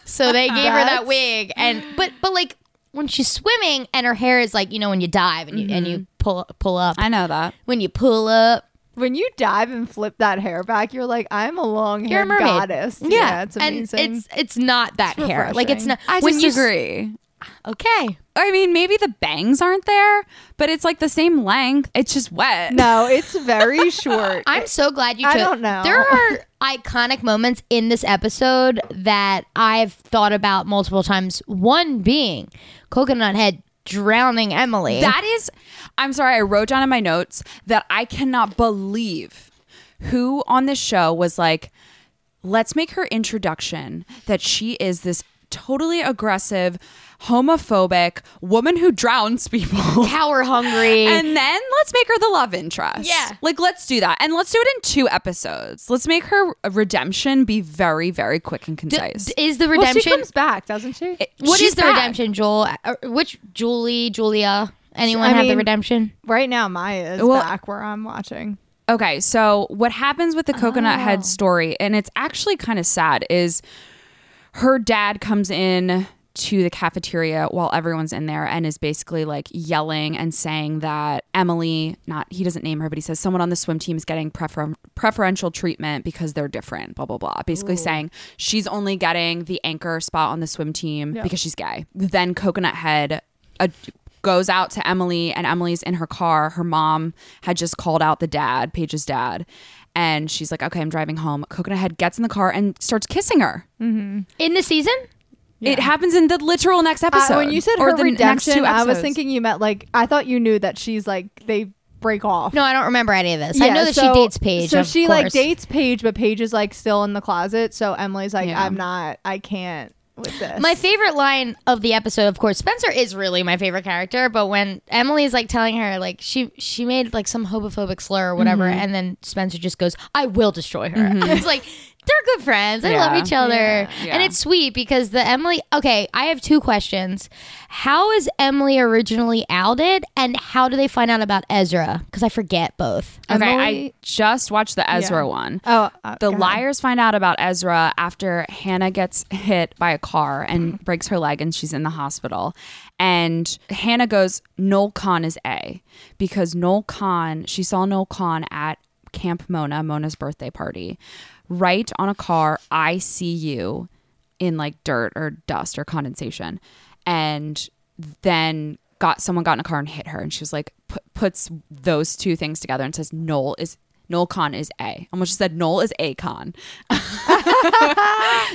S3: so they gave her that
S4: That's-
S3: wig. And but but like when she's swimming and her hair is like you know when you dive and you and
S4: Mm-hmm.
S3: you pull pull up
S5: I know that.
S3: when you pull up.
S4: when you dive and flip that hair back, you're like, I'm a long
S3: You're a
S4: haired
S3: mermaid.
S4: goddess. Yeah, it's amazing.
S3: And it's it's not that hair. Like it's
S4: refreshing.
S3: not.
S5: I
S3: when you s-
S5: disagree.
S3: okay.
S5: I mean, maybe the bangs aren't there, but it's like the same length. It's just wet.
S4: no, it's very short.
S3: I'm so glad you.
S4: I
S3: took-
S4: don't know.
S3: There are iconic moments in this episode that I've thought about multiple times. One being Coconut Head drowning Emily.
S5: That is, I'm sorry, I wrote down in my notes that I cannot believe who on this show was like, let's make her introduction that she is this totally aggressive, homophobic woman who drowns people.
S3: power hungry.
S5: And then let's make her the love interest.
S3: Yeah.
S5: Like, let's do that. And let's do it in two episodes. Let's make her redemption be very, very quick and
S3: D-
S5: concise. Eh,
S3: d- is the
S4: well, she
S3: redemption?
S4: comes back, doesn't she?
S3: what
S5: She's
S3: is the
S5: back.
S3: redemption, Joel? Uh, Which Julie, Julia? Anyone
S4: I
S3: have the
S4: mean-
S3: redemption?
S4: right now, Maya is
S5: Well-
S4: back where I'm watching.
S5: Okay, so what happens with the coconut
S3: Oh.
S5: head story, and it's actually kind of sad, is her dad comes in to the cafeteria while everyone's in there and is basically like yelling and saying that Emily, not he doesn't name her, but he says someone on the swim team is getting prefer- preferential treatment because they're different, blah, blah, blah. Basically saying she's only getting the anchor spot on the swim team because she's gay. Then Coconut Head. A, goes out to Emily and Emily's in her car. Her mom had just called out the dad, Paige's dad. And she's like, okay, I'm driving home. Coconut Head gets in the car and starts kissing her.
S3: In the season?
S5: It happens in the literal next episode.
S4: Uh, when you said
S5: or
S4: her
S5: the next two
S4: redemption, I was
S5: episodes.
S4: thinking you meant like I thought you knew that she's like they break off.
S3: No, I don't remember any of this. I
S4: Yeah,
S3: know that she
S4: so-
S3: dates Paige.
S4: So
S3: of
S4: she like
S3: course.
S4: dates Paige, but Paige is like still in the closet. So Emily's like,
S5: Yeah.
S4: I'm not, I can't with this.
S3: My favorite line of the episode, of course, Spencer is really my favorite character. But when Emily's like telling her, like she she made like some homophobic slur or whatever,
S5: Mm-hmm.
S3: and then Spencer just goes, "I will destroy her." It's like they're good friends. They
S5: Yeah.
S3: love each other,
S5: Yeah.
S3: and it's sweet because the Emily. Okay, I have two questions. How is Emily originally outed, and how do they find out about Ezra? Because I forget both.
S5: Okay, I
S4: Emily-
S5: just watched the Ezra one.
S4: oh, uh, go
S5: the
S4: ahead.
S5: liars find out about Ezra after Hannah gets hit by a car
S4: Mm-hmm.
S5: and breaks her leg and she's in the hospital. And Hannah goes, Noel Khan is A because Noel Khan, she saw Noel Khan at Camp Mona, Mona's birthday party, write on a car, I see you in like dirt or dust or condensation. And then got someone got in a car and hit her. And she was like, pu- puts those two things together and says, Noel is Noel Khan is A. Almost just said Noel is A Khan.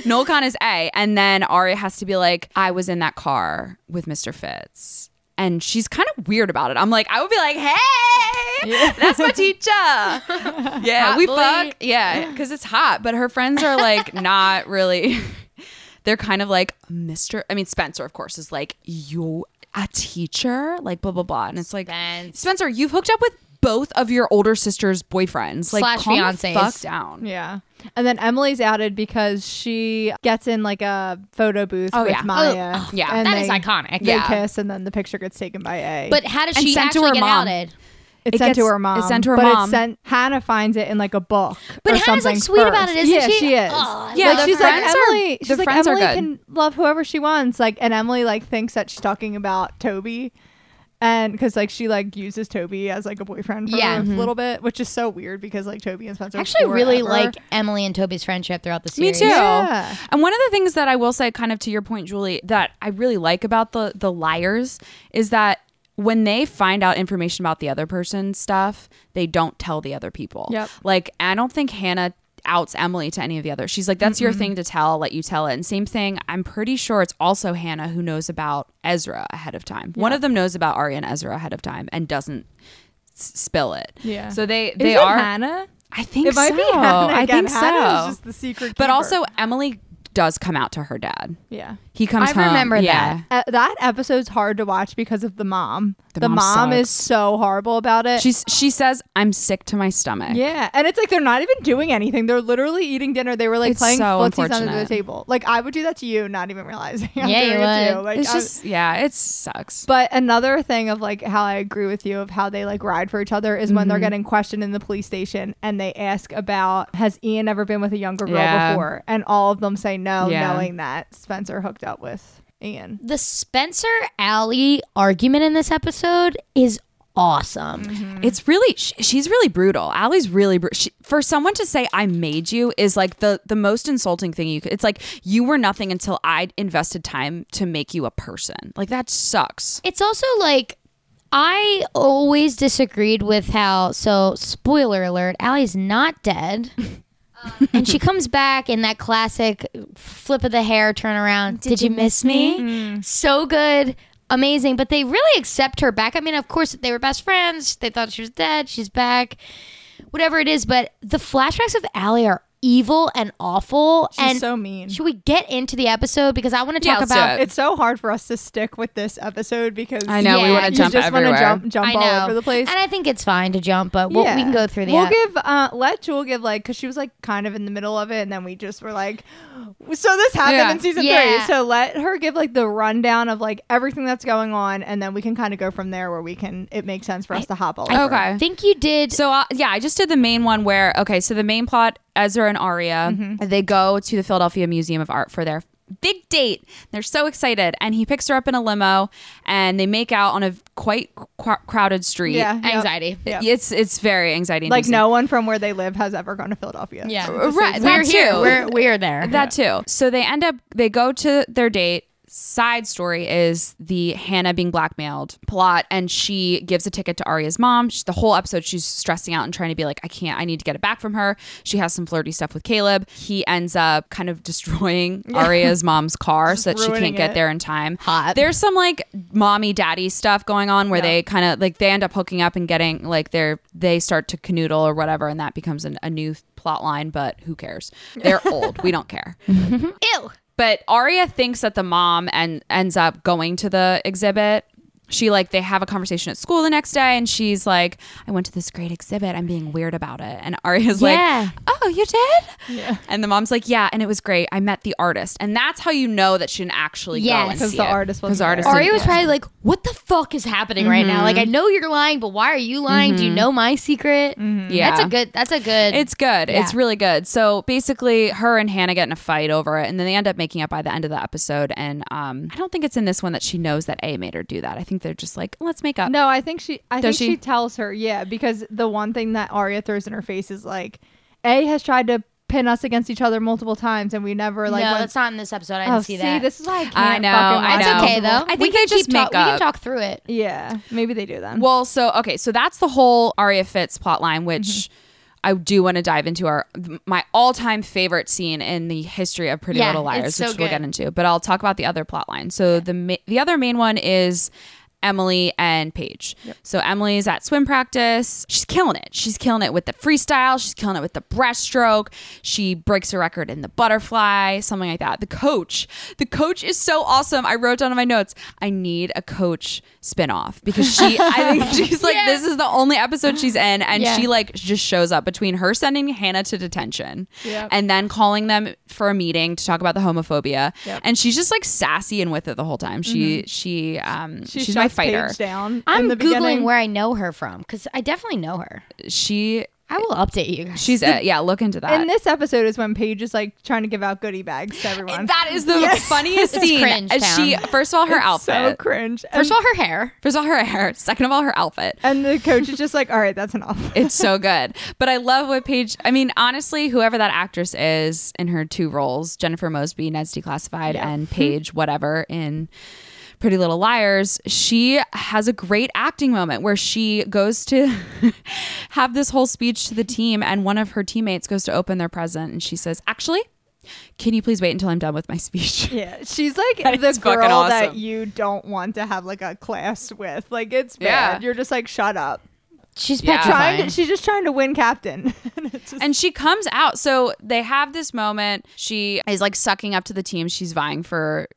S5: Noel Khan is A. And then Ari has to be like, I was in that car with Mr. Fitz. And she's kind of weird about it. I'm like, I would be like, hey, that's my teacher. yeah, we
S3: boy.
S5: fuck. Yeah, because it's hot. But her friends are like, not really. They're kind of like, Mr. I mean, Spencer, of course, is like, you a teacher? Like, blah, blah, blah. And it's like,
S3: Spence.
S5: Spencer, you've hooked up with both of your older sister's boyfriends. Like,
S3: Slash
S5: calm the
S3: fiancés.
S5: fuck down.
S4: Yeah. And then Emily's outed because she gets in like a photo booth
S5: Oh,
S4: with
S5: yeah.
S4: Maya.
S3: Oh,
S5: yeah.
S4: And
S3: That
S4: they,
S3: is iconic.
S4: They
S5: Yeah.
S4: kiss and then the picture gets taken by A.
S3: But how does
S5: And
S3: she
S5: sent to
S3: actually
S5: her
S3: get
S5: mom.
S3: outed?
S4: it's
S5: it
S4: sent to
S5: gets-
S4: her mom.
S5: it's sent to her
S4: but
S5: mom.
S4: It's sent, Hannah finds it in like a book.
S3: But
S4: or
S3: Hannah's, like,
S4: something
S3: sweet about
S4: first.
S3: it, isn't
S4: yeah,
S3: she?
S4: is.
S3: Oh, I
S5: Yeah,
S4: like,
S5: the
S4: she's
S5: friends
S4: like
S5: are-
S4: Emily.
S5: the
S4: she's like
S5: friends are
S4: Emily
S5: good.
S4: can love whoever she wants. Like, and Emily like thinks that she's talking about Toby. and because like she like uses Toby as like a boyfriend for
S3: Yeah.
S4: a little bit, which is so weird because like Toby and Spencer
S3: I actually really
S4: forever-
S3: like Emily and Toby's friendship throughout the series.
S5: Me too.
S4: Yeah.
S5: And one of the things that I will say, kind of to your point, Julie, that I really like about the the liars is that when they find out information about the other person's stuff, they don't tell the other people.
S4: Yep.
S5: Like I don't think Hannah outs Emily to any of the others. She's like, that's your thing to tell, let you tell it. And same thing, I'm pretty sure it's also Hannah who knows about Ezra ahead of time. One of them knows about Arya and Ezra ahead of time and doesn't s- spill it.
S4: Yeah.
S5: So they
S4: Is
S5: they
S4: it
S5: are
S4: Hannah.
S5: I think
S4: It might
S5: so.
S4: be Hannah
S5: I
S4: again.
S5: think
S4: Hannah
S5: so.
S4: is just the secret
S5: But
S4: keeper.
S5: also, Emily does come out to her dad.
S4: Yeah.
S5: He comes
S3: I
S5: home.
S3: remember
S5: yeah.
S3: that.
S4: Uh, that episode's hard to watch because of the mom.
S5: The
S4: The,
S5: mom
S4: mom, is
S5: sucks.
S4: so horrible about it.
S5: She's she says, "I'm sick to my stomach."
S4: yeah, and it's like they're not even doing anything. They're literally eating dinner. They were like
S5: It's
S4: playing
S5: so
S4: footsies under the
S5: unfortunate.
S4: table. Like I would do that to you, not even realizing. I'm
S3: Yeah, you
S4: doing it to
S3: would.
S4: you. Like
S5: it's
S4: I-
S5: just yeah, it sucks.
S4: But another thing of like how I agree with you of how they like ride for each other is when
S5: Mm-hmm.
S4: they're getting questioned in the police station and they ask about has Ian ever been with a younger girl
S5: Yeah.
S4: before, and all of them say no,
S5: Yeah.
S4: knowing that Spencer hooked up with Ian.
S3: The Spencer Alley argument in this episode is awesome.
S5: It's really sh she's really brutal. Allie's really br- she, for someone to say I made you is like the the most insulting thing you could. It's like you were nothing until I invested time to make you a person. Like that sucks.
S3: It's also like I always disagreed with how. So, spoiler alert: Allie's not dead, Uh, and she comes back in that classic flip of the hair turnaround. Did, you miss me? So good. Amazing, but they really accept her back. I mean, of course, they were best friends. They thought she was dead. She's back, whatever it is. But the flashbacks of Allie are evil and awful.
S4: She's
S3: and
S4: so mean.
S3: Should we get into the episode because I want to
S5: Yeah,
S3: talk
S5: let's do
S3: about
S5: it.
S4: It's so hard for us to stick with this episode because
S5: I know we
S3: Yeah,
S5: want to
S4: you
S5: jump
S4: just wanna
S5: everywhere.
S4: jump jump
S3: I know.
S4: all over the place.
S3: And I think it's fine to jump, but we'll, we can go through the
S4: We'll
S3: app.
S4: give uh, let Jewel give like because she was like kind of in the middle of it, and then we just were like, so this happened
S5: Yeah.
S4: in season
S3: Yeah.
S4: three. So let her give like the rundown of like everything that's going on, and then we can kind of go from there where we can it makes sense for us to hop all over.
S5: okay.
S3: I think you did.
S5: So uh, yeah, I just did the main one where okay, so the main plot Ezra and Arya,
S4: Mm-hmm.
S5: they go to the Philadelphia Museum of Art for their big date. They're so excited, and he picks her up in a limo, and they make out on a quite qu- crowded street.
S4: Yeah, yep.
S3: Anxiety.
S4: Yep.
S5: It's it's very anxiety.
S4: Like no one from where they live has ever gone to Philadelphia.
S3: Yeah.
S5: right?
S3: We're
S5: that
S3: here.
S5: too.
S3: We're, we're there.
S5: That too. So they end up they go to their date. Side story is the Hannah being blackmailed plot, and she gives a ticket to Arya's mom. She, the whole episode, she's stressing out and trying to be like, "I can't. I need to get it back from her." She has some flirty stuff with Caleb. He ends up kind of destroying Arya's mom's car so that she
S4: ruining
S5: can't get
S4: it.
S5: there in time. Hot. There's some like mommy daddy stuff going on where they kind of like they end up hooking up and getting like they're they start to canoodle or whatever, and that becomes an, a new plot line. But who cares? They're old. we don't care.
S3: Ew.
S5: But Arya thinks that the mom and ends up going to the exhibit. She like they have a conversation at school the next day, and she's like, "I went to this great exhibit. I'm being weird about it." And Arya's
S3: Yeah.
S5: like, "Oh, you did?" And the mom's like, "Yeah." And it was great. I met the artist, and that's how you know that she didn't actually go.
S3: Yes.
S5: and
S4: because
S5: see
S4: the
S5: it.
S4: artist was
S5: the artist
S4: there.
S5: didn't-
S3: Ari was probably like, what the fuck is happening right now? Like, I know you're lying, but why are you lying? Do you know my secret?
S5: Yeah.
S3: That's a good, that's a good.
S5: It's good. It's
S3: Yeah.
S5: really good. So basically, her and Hannah get in a fight over it, and then they end up making up by the end of the episode. And um, I don't think it's in this one that she knows that A made her do that. I think they're just like, let's make up.
S4: No, I think she. I
S5: Does
S4: think
S5: she?
S4: she? tells her, yeah, because the one thing that Arya throws in her face is like, A has tried to pin us against each other multiple times, and we never like.
S3: no,
S4: went-
S3: that's not in this episode. I
S4: oh,
S3: didn't see that.
S4: this is why I can't.
S5: I know,
S4: fucking
S5: I
S4: watch
S5: know.
S3: that's okay, though.
S5: I
S3: We
S5: think they
S3: can keep
S5: just
S3: talk-
S5: make
S3: We
S5: up.
S3: can talk through it.
S4: Yeah, maybe they do then.
S5: Well, so okay, so that's the whole Arya Fitz plotline, which
S3: Mm-hmm.
S5: I do want to dive into. Our my all-time favorite scene in the history of Pretty
S3: Yeah,
S5: Little Liars,
S3: it's so
S5: which we'll get
S3: good.
S5: into. But I'll talk about the other plotline. So the ma- the other main one is. Emily and Paige. So Emily's at swim practice. She's killing it. She's killing it with the freestyle. She's killing it with the breaststroke. She breaks a record in the butterfly, something like that. The coach. The coach is so awesome. I wrote down in my notes, I need a coach spinoff because she I think she's like, this is the only episode she's in. And
S3: Yeah.
S5: she like just shows up between her sending Hannah to detention
S4: Yep.
S5: and then calling them for a meeting to talk about the homophobia.
S4: Yep. Mm-hmm.
S5: And she's just like sassy and with it the whole time. She she um
S4: She
S5: she's my
S4: shuts Paige
S5: fighter.
S4: down. in
S3: I'm
S4: the
S3: Googling
S4: beginning.
S3: where I know her from because I definitely know her.
S5: She
S3: I will update you guys.
S5: She's uh, yeah. Look into that.
S4: In this episode is when Paige is like trying to give out goodie bags to everyone.
S5: that is the funniest
S3: It's
S5: scene.
S3: cringe
S5: as she first of all her outfit.
S4: so cringe. And,
S3: First of all, her hair.
S5: First of all, her hair. Second of all, her outfit.
S4: and the coach is just like, all right, that's enough.
S5: It's so good. But I love what Paige, I mean, honestly, whoever that actress is in her two roles, Jennifer Mosby, Ned's Declassified, and Paige, whatever, in Pretty Little Liars, she has a great acting moment where she goes to have this whole speech to the team, and one of her teammates goes to open their present, and she says, Actually, can you please wait until I'm done with my speech?
S4: Yeah, she's like
S5: That
S4: the
S5: is fucking
S4: girl that
S5: awesome.
S4: you don't want to have like a class with. Like it's
S5: Yeah.
S4: bad. You're just like shut up.
S3: She's
S5: Yeah.
S3: petrified.
S4: Trying to, she's just trying to win captain. And it's just-
S5: And she comes out. So they have this moment. She is like sucking up to the team. She's vying for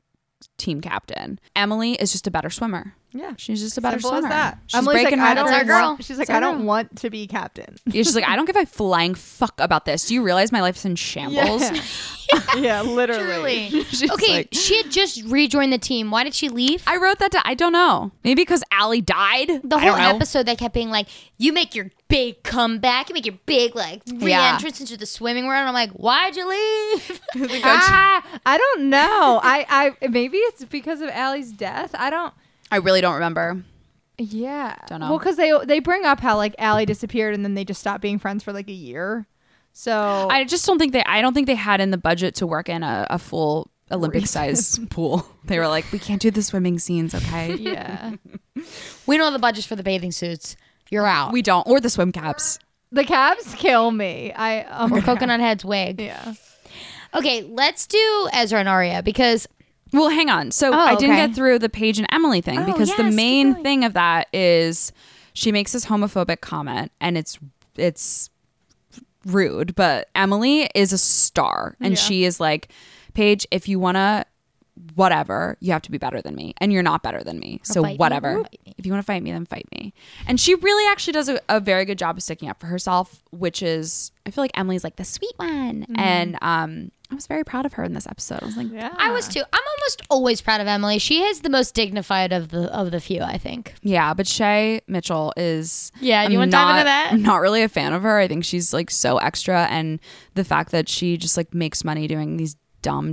S5: team captain. Emily is just a better swimmer.
S4: yeah.
S5: She's just a better
S4: Simple as
S5: swimmer.
S4: that.
S5: She's
S4: Emily's
S5: breaking
S4: like, I
S5: records.
S4: don't
S3: That's our girl.
S4: want- She's like, I don't want to be captain.
S5: Yeah, she's like, I don't give a flying fuck about this. Do you realize my life's in shambles?
S4: Yeah. yeah, literally.
S3: Truly. okay,
S5: like-
S3: she had just rejoined the team. Why did she leave?
S5: I wrote that down. I don't know. Maybe because Allie died.
S3: the
S5: I
S3: whole
S5: don't know.
S3: episode, they kept being like, "You make your big comeback. You make your big like re-entrance into the swimming world." And I'm like, "Why'd you leave?"
S4: Ah, I don't know. I, I maybe it's because of Allie's death. I don't.
S5: I really don't remember.
S4: Yeah.
S5: Dunno.
S4: Well, because they they bring up how like Allie disappeared and then they just stopped being friends for like a year. So
S5: I just don't think they. I don't think they had in the budget to work in a, a full Olympic size pool. They were like, we can't do the swimming scenes, okay?
S4: yeah,
S3: we know the budgets for the bathing suits. You're out.
S5: We don't, or the swim caps.
S4: the Cavs kill me. I oh my
S3: or
S4: God.
S3: coconut head's wig.
S4: Yeah.
S3: Okay, let's do Ezra and Aria because
S5: Well, hang on. So I didn't
S3: Oh, okay. Oh,
S5: get through the Paige and Emily thing because the
S3: yes, keep
S5: main
S3: going.
S5: thing of that is she makes this homophobic comment and it's it's rude, but Emily is a star and she is like, Paige, if you wanna whatever, you have to be better than me. And you're not better than me. so
S3: fight me,
S5: whatever.
S3: or fight me.
S5: If you wanna fight me, then fight me. And she really actually does a, a very good job of sticking up for herself, which is I feel like Emily's like the sweet one.
S3: Mm-hmm.
S5: And um I was very proud of her in this episode. I was like,
S4: Yeah.
S3: I was too. I'm almost always proud of Emily. She is the most dignified of the of the few, I think.
S5: Yeah, but Shay Mitchell is
S3: Yeah, do you
S5: I'm
S3: wanna dive into
S5: not-
S3: that?
S5: I'm not really a fan of her. I think she's like so extra, and the fact that she just like makes money doing these dumb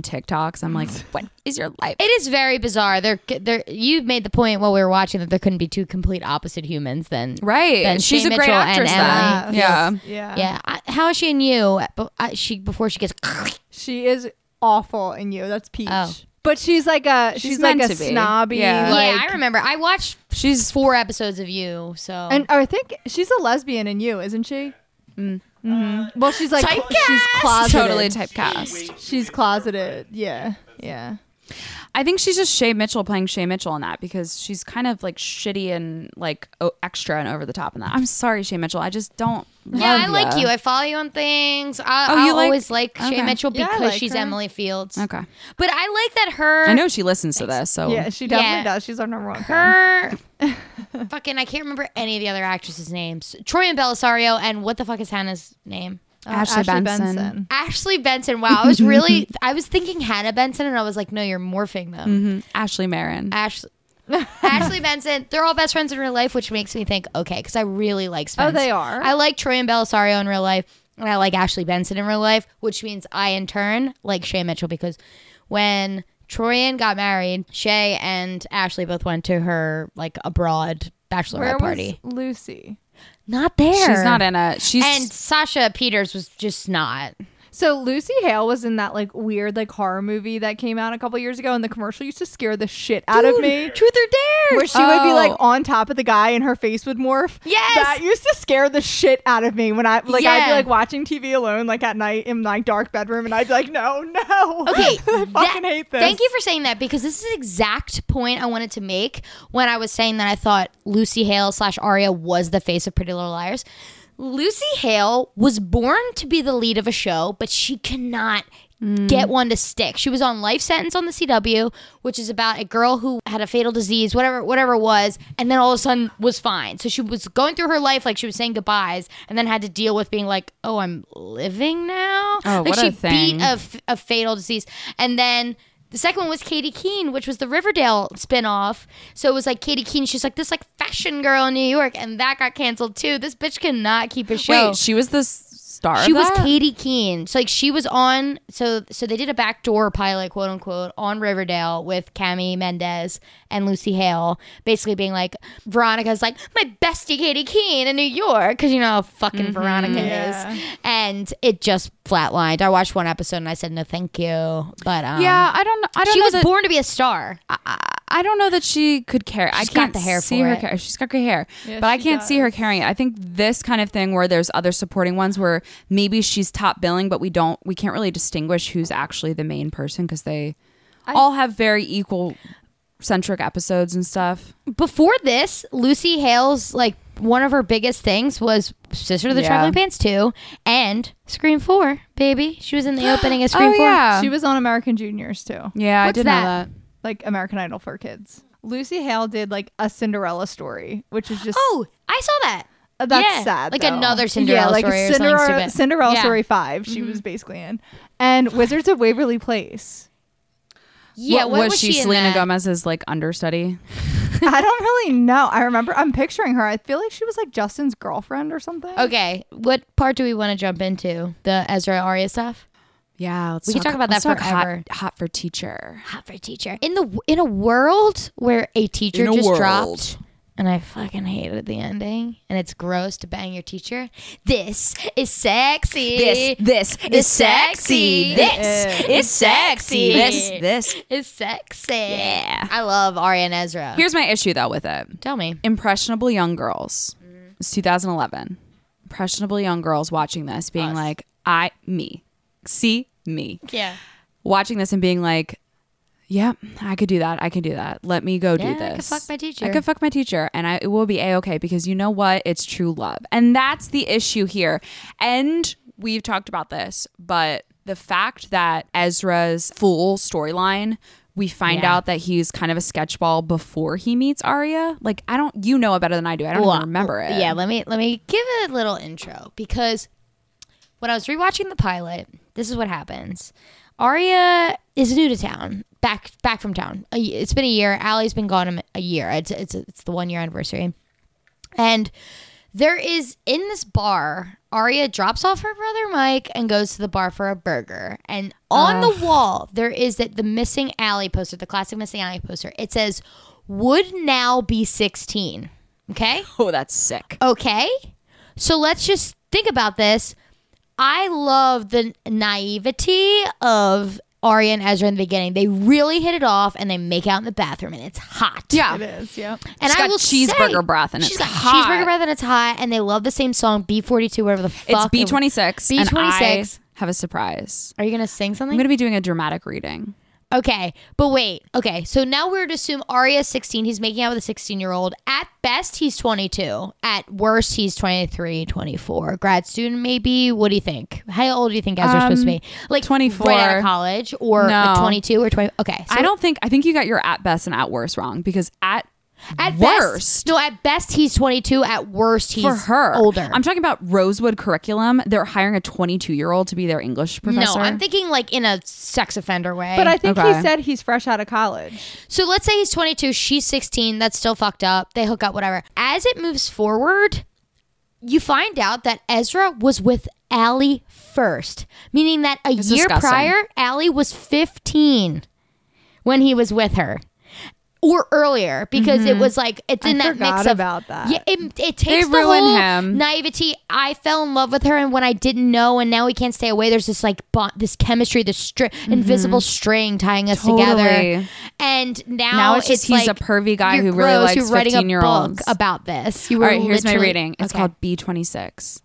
S5: TikToks, I'm like, what is your life?
S3: It is very bizarre. They're, they're, you made the point while we were watching that there couldn't be two complete opposite humans. Then
S5: right?
S3: Then
S5: she's
S3: Shay
S5: a great
S3: Mitchell and
S5: actress.
S3: Emily
S5: Then. Yeah.
S4: yeah.
S3: yeah. I, how is she in you? But I, she before she gets.
S4: She is awful in you. That's Peach.
S3: Oh.
S4: But she's like a she's,
S5: She's
S4: like
S5: meant
S4: a
S5: to be.
S4: snobby.
S5: Yeah.
S4: Like,
S3: yeah, I remember. I watched
S5: she's
S3: four episodes of you. So
S4: and I think she's a lesbian in you, isn't she? Mm. hmm Well, she's like she's
S3: Typecast!
S4: closeted.
S5: totally typecast.
S4: She's closeted. Yeah. Yeah.
S5: I think she's just Shay Mitchell playing Shay Mitchell in that because she's kind of like shitty and like o- extra and over the top in that. I'm sorry, Shay Mitchell. I just don't.
S3: yeah,
S5: love
S3: I like
S5: ya.
S3: you. I follow you on things. I,
S5: Oh, you
S3: I'll
S5: like-
S3: always like Shay
S5: okay.
S3: Mitchell
S4: Yeah, I
S3: because
S4: like
S3: she's
S4: her.
S3: Emily Fields.
S5: Okay,
S3: But I like that her.
S5: I know she listens to this, so
S4: Yeah, she definitely
S3: Yeah.
S4: does. She's our number one. fan.
S3: her fucking I can't remember any of the other actresses' names. Troy and Belisario and what the fuck is Hannah's name?
S4: Uh,
S5: Ashley Benson.
S3: Ashley Benson. Wow, I was really I was thinking Hannah Benson and I was like, no, you're morphing them.
S4: Mm-hmm.
S5: Mhm. Ashley Marin.
S3: Ashley Ashley Benson, they're all best friends in real life, which makes me think, okay, because I really like Spence.
S4: Oh, they are?
S3: I like Troy and Belisario in real life, and I like Ashley Benson in real life, which means I, in turn, like Shay Mitchell because when Troy and got married, Shay and Ashley both went to her like abroad bachelorette
S4: Where
S3: party.
S4: was Lucy?
S3: Not there.
S5: She's not in a. She's
S3: And Sasha Peters was just not.
S4: So Lucy Hale was in that like weird like horror movie that came out a couple years ago, and the commercial used to scare the shit out of me.
S3: Truth or dare.
S4: Where she would be like
S5: Oh.
S4: on top of the guy and her face would morph.
S3: Yes!
S4: that used to scare the shit out of me when I like I'd
S3: Yeah.
S4: be like watching TV alone like at night in my dark bedroom, and I'd be like, no, no.
S3: Okay,
S4: I
S3: that-
S4: fucking hate this.
S3: Thank you for saying that because this is the exact point I wanted to make when I was saying that I thought Lucy Hale slash Aria was the face of Pretty Little Liars. Lucy Hale was born to be the lead of a show, but she cannot
S4: Mm.
S3: get one to stick. She was on Life Sentence on the CW, which is about a girl who had a fatal disease, whatever whatever it was, and then all of a sudden was fine. So she was going through her life like she was saying goodbyes, and then had to deal with being like, "Oh, I'm living now."
S5: Oh,
S3: like
S5: what a
S3: she
S5: thing.
S3: beat a, f- a fatal disease, and then The second one was Katie Keene, which was the Riverdale spinoff. So it was like Katie Keene. She's like this like fashion girl in New York, and that got canceled too. This bitch cannot keep a show.
S5: Wait, she was the s- star.
S3: She
S5: of
S3: was
S5: that?
S3: Katie Keene. So like she was on so so they did a backdoor pilot, quote unquote, on Riverdale with Cami Mendez and Lucy Hale, basically being like Veronica's like my bestie Katie Keene in New York because you know how fucking
S5: Mm-hmm.
S3: Veronica
S4: Yeah.
S3: is, and it just flatlined. I watched one episode and I said no, thank you, but um,
S5: Yeah, I don't know. I don't
S3: she
S5: know
S3: was
S5: that,
S3: born to be a star.
S5: I don't know that she could carry. I
S3: She's got
S5: can't
S3: the hair
S5: see
S3: for
S5: her.
S3: it.
S5: Car- she's got great hair,
S4: Yeah,
S5: but I
S4: she
S5: can't see
S4: does.
S5: her carrying it. I think this kind of thing where there's other supporting ones where maybe she's top billing, but we don't. We can't really distinguish who's actually the main person because they all have very equal centric episodes and stuff.
S3: Before this, Lucy Hale's like one of her biggest things was Sister of the
S5: Yeah.
S3: Traveling Pants 2 and Scream 4, baby. She was in the opening
S5: Oh,
S3: of Scream 4.
S4: She was on American Juniors too,
S5: yeah, I
S3: What's
S5: did
S3: that?
S5: know
S4: like American Idol for kids. Lucy Hale did like a Cinderella story, which is just
S3: Oh, I saw that.
S4: Uh, That's
S3: Yeah,
S4: sad.
S3: like
S4: though.
S3: another Cinderella
S4: yeah, like
S3: story or something
S4: Cinderella,
S3: stupid.
S4: Cinderella
S3: Yeah. Mm-hmm.
S4: story five. She was basically in, and Wizards of Waverly Place.
S5: that.
S3: Yeah,
S5: What-
S3: what
S5: was, she,
S3: in
S5: Selena
S3: that?
S5: Gomez's like understudy?
S4: I don't really know. I remember. I'm picturing her. I feel like she was like Justin's girlfriend or something.
S3: Okay, what part do we want to jump into? The Ezra Aria stuff?
S5: Yeah, let's
S3: We could talk about
S5: let's
S3: that
S5: talk hot-
S3: forever.
S5: Hot, for teacher.
S3: Hot for teacher. In the in a world where a teacher
S5: In a
S3: just
S5: world.
S3: dropped and I fucking hated the ending and it's gross to bang your teacher. This is sexy.
S5: this
S3: is sexy.
S5: This is sexy.
S3: This-
S5: this
S3: is sexy. Yeah. I love Aria and Ezra.
S5: Here's my issue though with it.
S3: Tell me.
S5: Impressionable young girls. It's 2011. Impressionable young girls watching this being like, I, me, see me.
S3: Yeah.
S5: Watching this and being like, yep, I could do that. I can do that. Let me go
S3: Yeah,
S5: do
S3: I could
S5: this.
S3: fuck my teacher.
S5: I could fuck my teacher and I, it will be a okay because you know what? It's true love. And that's the issue here. And we've talked about this, but the fact that Ezra's full storyline, we find
S3: Yeah.
S5: out that he's kind of a sketchball before he meets Arya. Like, I don't, you know it better than I do. I don't
S3: Well,
S5: even remember it.
S3: Yeah, let me let me give a little intro because when I was rewatching the pilot, this is what happens. Arya is new to town, back back from town. A y- It's been a year. Allie's been gone a m- a year. It's it's it's the one year anniversary, and there is in this bar. Arya drops off her brother Mike and goes to the bar for a burger. And on the wall, there is that the missing Allie poster, the classic missing Allie poster. It says, "Would now be 16." Okay.
S5: Oh, that's sick.
S3: Okay. So let's just think about this. I love the naivety of Arya and Ezra in the beginning. They really hit it off and they make out in the bathroom and it's hot.
S5: Yeah.
S4: It is. Yeah.
S3: And
S5: She's
S3: I
S5: got
S3: will
S5: cheeseburger
S3: say,
S5: breath and
S3: she's
S5: it's
S3: got
S5: hot.
S3: cheeseburger breath and it's hot and they love the same song B42 whatever the
S5: It's
S3: fuck. it-
S5: B26. B26. And I
S3: B26.
S5: have a surprise.
S3: Are you going to sing
S5: I'm
S3: something?
S5: going to be doing a dramatic reading.
S3: Okay, but wait. Okay, so now we're to assume Arya's 16. He's making out with a 16-year-old. At best, he's 22. At worst, he's 23, 24. Grad student, maybe. What do you think? How old do you think Ezra's supposed to be? Like
S5: 24.
S3: right out of college, or
S5: Um, No.
S3: like, 22 or 20? Okay, so
S5: I don't think I think you got your at best and at worst wrong because at
S3: at
S5: worst
S3: Best, no, at best he's 22. At worst, he's
S5: for her
S3: older.
S5: I'm talking about Rosewood curriculum. They're hiring a 22 year old to be their English
S3: no,
S5: professor.
S3: I'm thinking like in a sex offender way.
S4: But I think
S5: Okay.
S4: he said he's fresh out of college.
S3: So let's say he's 22, she's 16, that's still fucked up. They hook up, whatever. As it moves forward, you find out that Ezra was with Allie first, meaning that a year
S5: disgusting.
S3: prior, Allie was 15 when he was with her. Or earlier, because it was like it's in that
S4: Mm-hmm. forgot
S3: mix of
S4: about that.
S3: Yeah, it, it takes the
S5: ruin
S3: whole
S5: him.
S3: naivety. I fell in love with her, and when I didn't know, and now we can't stay away. There's this like bond, this chemistry, this str- invisible string tying us together.
S5: Mm-hmm. Totally.
S3: And now
S5: Now it's just he's
S3: like,
S5: a pervy guy
S3: you're
S5: who really
S3: gross,
S5: likes
S3: you're writing a
S5: 15-year-olds.
S3: book about this. You
S5: All
S3: were
S5: right, here's my
S3: literally-
S5: reading. It's
S3: Okay.
S5: called B26.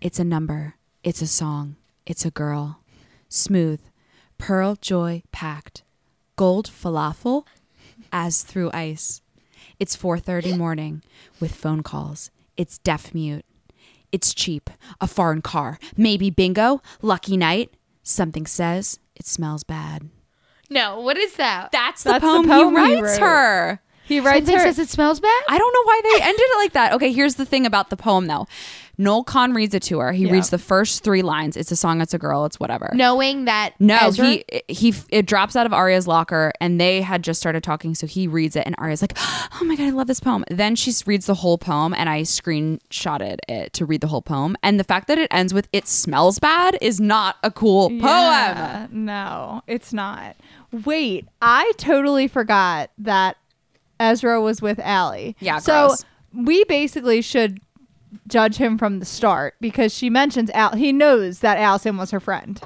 S5: It's a number. It's a song. It's a girl. Smooth, pearl joy packed, gold falafel as through ice. It's 4:30 morning with phone calls. It's deaf mute. It's cheap. A foreign car. Maybe bingo. Lucky night. Something says it smells bad.
S3: No, what is that?
S5: That's
S4: the That's the poem he poem he writes wrote.
S5: her.
S4: He writes
S3: Something
S4: her.
S3: says it smells bad.
S5: I don't know why they ended it like that. Okay, here's the thing about the poem though. Noel Kahn reads it to her. He
S4: Yeah.
S5: reads the first three lines. It's a song. It's a girl. It's whatever.
S3: knowing that
S5: No,
S3: Ezra-
S5: he he it drops out of Arya's locker and they had just started talking so he reads it and Arya's like, "Oh my god, I love this poem." Then she s- reads the whole poem and I screenshotted it to read the whole poem and the fact that it ends with "It smells bad" is not a cool poem.
S4: Yeah, no, it's not. Wait, I totally forgot that Ezra was with Allie.
S5: Yeah,
S4: So
S5: gross.
S4: we basically should judge him from the start because she mentions Al. He knows that Allison was her friend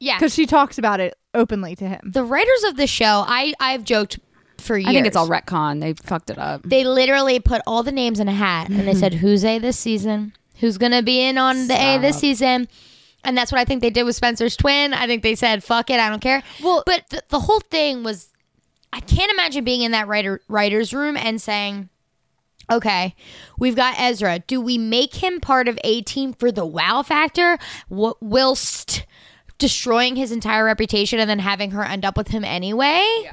S3: yeah
S4: because she talks about it openly to him.
S3: the writers of the show i i've joked for years
S5: I think it's all retcon. They fucked it up.
S3: they literally put all the names in a hat and they said who's a this season who's gonna be in on the a this season and that's what i think they did with spencer's twin i think they said fuck it i don't care well but th- the whole thing was i can't imagine being in that writer writer's room and saying Okay, we've got Ezra. Do we make him part of A Team for the wow factor, wh- whilst destroying his entire reputation and then having her end up with him anyway?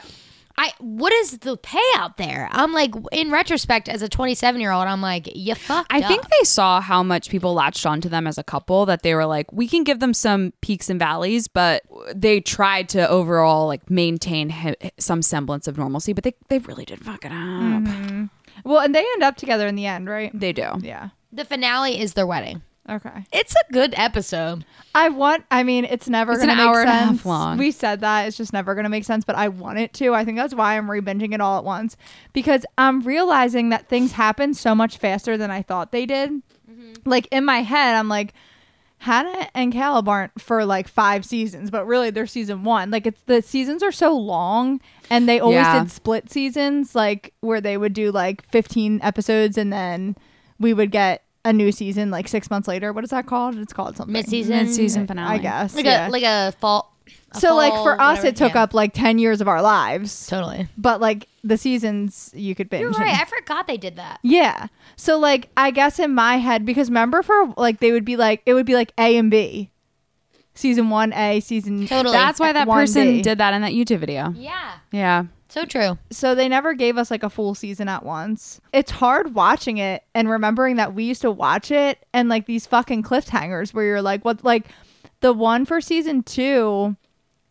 S3: I what is the payout there? I'm like, in retrospect, as a 27 year old, I'm like, you fucked.
S5: I
S3: up.
S5: think they saw how much people latched onto them as a couple that they were like, we can give them some peaks and valleys, but they tried to overall like maintain he- some semblance of normalcy, but they, they really did fuck it up.
S4: Well, and they end up together in the end, right?
S5: They do.
S4: Mm-hmm. yeah.
S3: the finale is their wedding.
S4: Okay.
S3: It's a good episode.
S4: I want. I mean, it's never
S5: It's
S4: gonna
S5: an
S4: make
S5: hour and a
S4: sense.
S5: half long.
S4: We said that it's just never gonna make sense, but I want it to. I think that's why I'm rebinging it all at once because I'm realizing that things happen so much faster than I thought they did.
S5: Mm-hmm.
S4: Like in my head, I'm like. Hannah and Caleb aren't for like five seasons, but really they're season one. Like it's the seasons are so long, and they always
S5: Yeah.
S4: did split seasons, like where they would do like fifteen episodes, and then we would get a new season like six months later. What is that called? It's called something
S3: Mid-season,
S5: Season finale.
S4: I guess.
S3: like
S4: yeah.
S3: a like a fall. a
S4: so like
S3: fall,
S4: for us,
S3: whatever,
S4: it took
S3: yeah.
S4: up like ten years of our lives,
S3: totally.
S4: but like the seasons you could binge.
S3: You're
S4: and-
S3: right. I forgot they did that.
S4: yeah. So like I guess in my head because remember for like they would be like it would be like A and B, season one A, season
S3: Totally.
S5: That's why that
S4: One
S5: person
S4: day.
S5: did that in that YouTube video.
S3: Yeah.
S5: Yeah.
S3: So true.
S4: so they never gave us like a full season at once. It's hard watching it and remembering that we used to watch it and like these fucking cliffhangers where you're like, what, like the one for season two,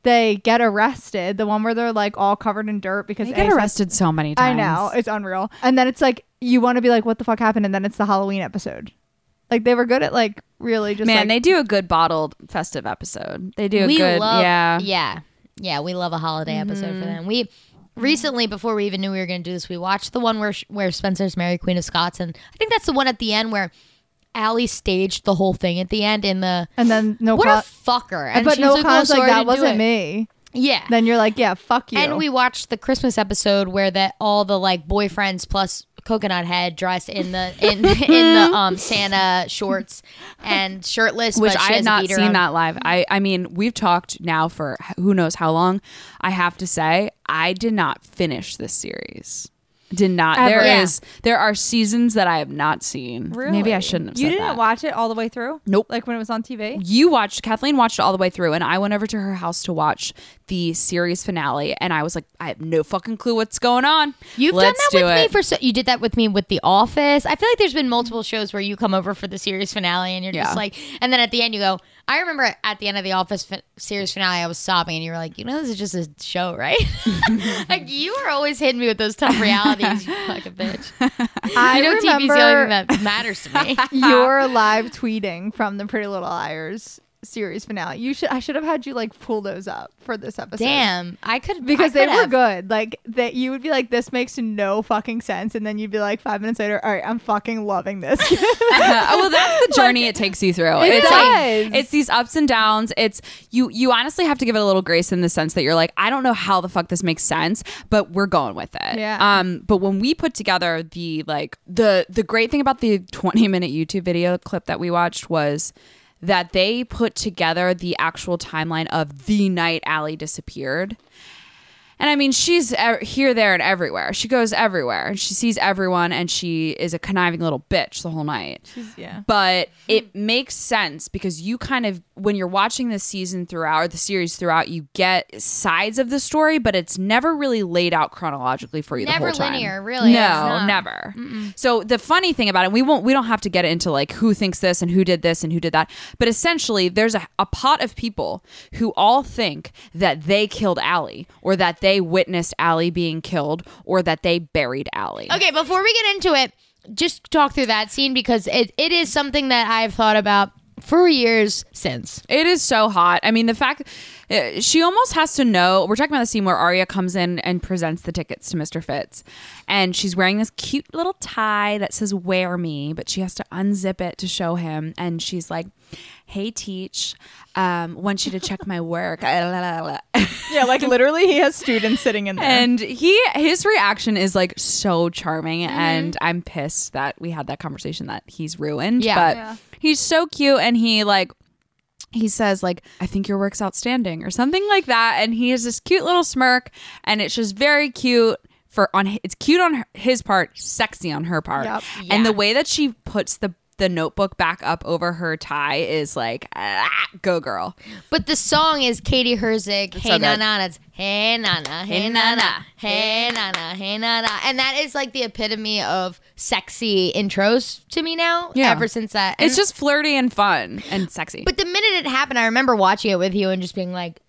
S4: they get arrested. The one where they're like all covered in dirt because
S5: They get
S4: Aes-
S5: arrested so many
S4: I
S5: times.
S4: know it's unreal. And then it's like you want to be like, what the fuck happened? And then it's the Halloween episode. Like they were good at like really just
S5: Man,
S4: like,
S5: they do a good bottled festive episode. They do a
S3: we
S5: good,
S3: love
S5: yeah.
S3: yeah yeah we love a holiday episode
S4: Mm-hmm.
S3: for them we recently before we even knew we were going to do this we watched the one where sh- where spencer's mary queen of scots and i think that's the one at the end where Allie staged the whole thing at the end in the
S4: and then no.
S3: what
S4: Con-
S3: a fucker and
S4: but
S3: she
S4: no
S3: was like, "Oh,
S4: cons like
S3: sorry, I
S4: that
S3: didn't do
S4: wasn't
S3: it."
S4: me.
S3: yeah
S4: Then you're like, yeah, fuck you.
S3: and we watched the Christmas episode where that all the like boyfriends plus coconut head dressed in the in in the um Santa shorts and shirtless,
S5: Which
S3: but she
S5: I had
S3: has a
S5: not
S3: beater
S5: seen
S3: on.
S5: that live. I, I mean, we've talked now for h- who knows how long. I have to say, I did not finish this series. Did not. There is
S3: Yeah.
S5: there are seasons that I have not seen. Maybe I shouldn't have.
S4: You
S5: said
S4: didn't
S5: that.
S4: watch it all the way through?
S5: Nope.
S4: Like when it was on TV?
S5: you watched Kathleen watched it all the way through and I went over to her house to watch the series finale and I was like I have no fucking clue what's going on.
S3: You've
S5: Let's
S3: done that
S5: do
S3: with me
S5: it.
S3: for so you did that with me with The Office. I feel like there's been multiple shows where you come over for the series finale and you're
S5: Yeah.
S3: just like, and then at the end you go. I remember at the end of The Office fin- series finale, I was sobbing and you were like, you know, this is just a show, right? like you were always hitting me with those tough realities, you fucking bitch.
S4: I
S3: you know, TV's the only
S4: remember
S3: thing that matters to me.
S4: your live tweeting from the Pretty Little Liars series finale. You should I should have had you like pull those up for this episode.
S3: Damn, I could
S4: Because
S3: I
S4: they
S3: could
S4: were
S3: have.
S4: good. Like that you would be like, This makes no fucking sense and then you'd be like five minutes later, All right, I'm fucking loving this.
S5: oh, well, that's the journey it takes you through. It it's
S4: does.
S5: like it's these ups and downs. It's you. You honestly have to give it a little grace in the sense that you're like, I don't know how the fuck this makes sense, but we're going with it.
S4: Yeah.
S5: Um. But when we put together the like the the great thing about the 20 minute YouTube video clip that we watched was. That they put together the actual timeline of the night Allie disappeared And I mean, she's e- here, there, and everywhere. She goes everywhere, and she sees everyone, and she is a conniving little bitch the whole night.
S4: yeah.
S5: But it makes sense because you kind of, when you're watching this season throughout or the series throughout, you get sides of the story, but it's never really laid out chronologically for you. the
S3: Never
S5: whole time.
S3: linear, really. It's
S5: No,
S3: not.
S5: never. So the funny thing about it, we won't, we don't have to get into like who thinks this and who did this and who did that. But essentially, there's a, a pot of people who all think that they killed Allie, or that they witnessed Allie being killed, or that they buried Allie.
S3: Okay, before we get into it, just talk through that scene because it, it is something that I've thought about for years since.
S5: It is so hot. I mean, the fact uh, she almost has to know. We're talking about the scene where Arya comes in and presents the tickets to Mr. Fitz, and she's wearing this cute little tie that says "Wear Me," but she has to unzip it to show him, and she's like, "Hey, Teach, um, want you to check my work." La, la, la, la.
S4: Yeah, like literally, he has students sitting in there.
S5: and he his reaction is like so charming,
S3: Mm-hmm.
S5: and I'm pissed that we had that conversation that he's ruined.
S3: Yeah.
S5: but
S4: Yeah.
S5: he's so cute, and he like he says like i think your work's outstanding or something like that and he has this cute little smirk and it's just very cute for on hi- it's cute on her, his part sexy on her part
S4: Yep.
S5: and the
S3: Yeah.
S5: way that she puts the the notebook back up over her tie is like ah, go girl
S3: But the song is Katie Herzig. Hey
S5: so
S3: na
S5: good.
S3: na, it's hey na na, hey na na, hey na na, hey na na, and that is like the epitome of sexy intros to me now.
S5: Yeah.
S3: Ever since that,
S5: it's
S3: And-
S5: just flirty and fun and sexy
S3: But the minute it happened, I remember watching it with you and just being like,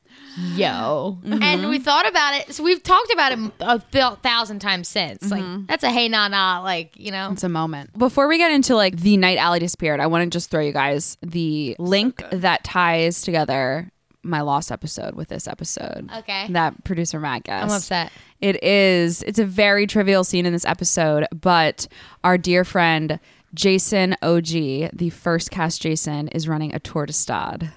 S3: "Yo!" And we thought about it. So we've talked about it a thou- thousand times since. Like that's a hey na na, like you know.
S5: It's a moment. Before we get into like the night Allie disappeared, I want to just throw you guys the link that ties together my lost episode with this episode.
S3: Okay.
S5: That producer Matt guessed.
S3: I'm upset.
S5: It is. It's a very trivial scene in this episode, but our dear friend Jason OG, the first cast Jason, is running a tour de stade.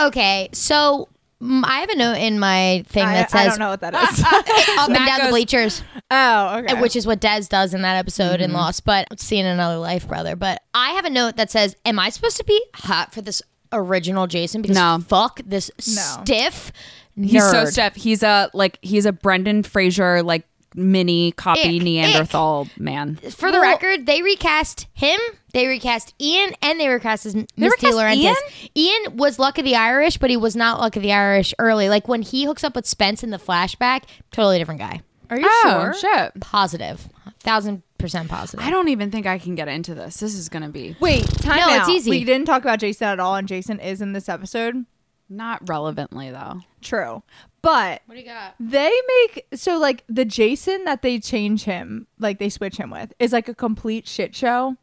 S3: Okay, so mm, I have a note in my thing
S4: I,
S3: that
S4: I
S3: says
S4: don't know what that is.
S3: up and down the
S5: goes-
S3: bleachers.
S4: oh, okay.
S3: which is what Dez does in that episode
S5: Mm-hmm.
S3: in Lost, but see in another life, brother. But I have a note that says, "Am I supposed to be hot for this original Jason? Because
S5: No.
S3: fuck this
S4: No.
S3: stiff nerd.
S5: He's so stiff. He's a like he's a Brendan Fraser like mini copy
S3: Ick,
S5: Neanderthal man.
S3: For the
S5: Well-
S3: record, they recast him, they recast Ian, and they recast as M- Miss De
S5: recast
S3: Laurentiis. Ian? was Luck of the Irish, but he was not Luck of the Irish early. Like when he hooks up with Spence in the flashback, totally different guy.
S4: Are you
S5: Oh
S4: sure?
S5: shit.
S3: Positive, thousand percent positive.
S5: I don't even think I can get into this. This is going to be
S4: Wait, time
S3: No, it's
S4: out.
S3: easy.
S4: We didn't talk about Jason at all, and Jason is in this episode.
S5: not relevantly though.
S4: True, but
S3: What do you got?
S4: they make so like the Jason that they change him, like they switch him with, is like a complete shit show.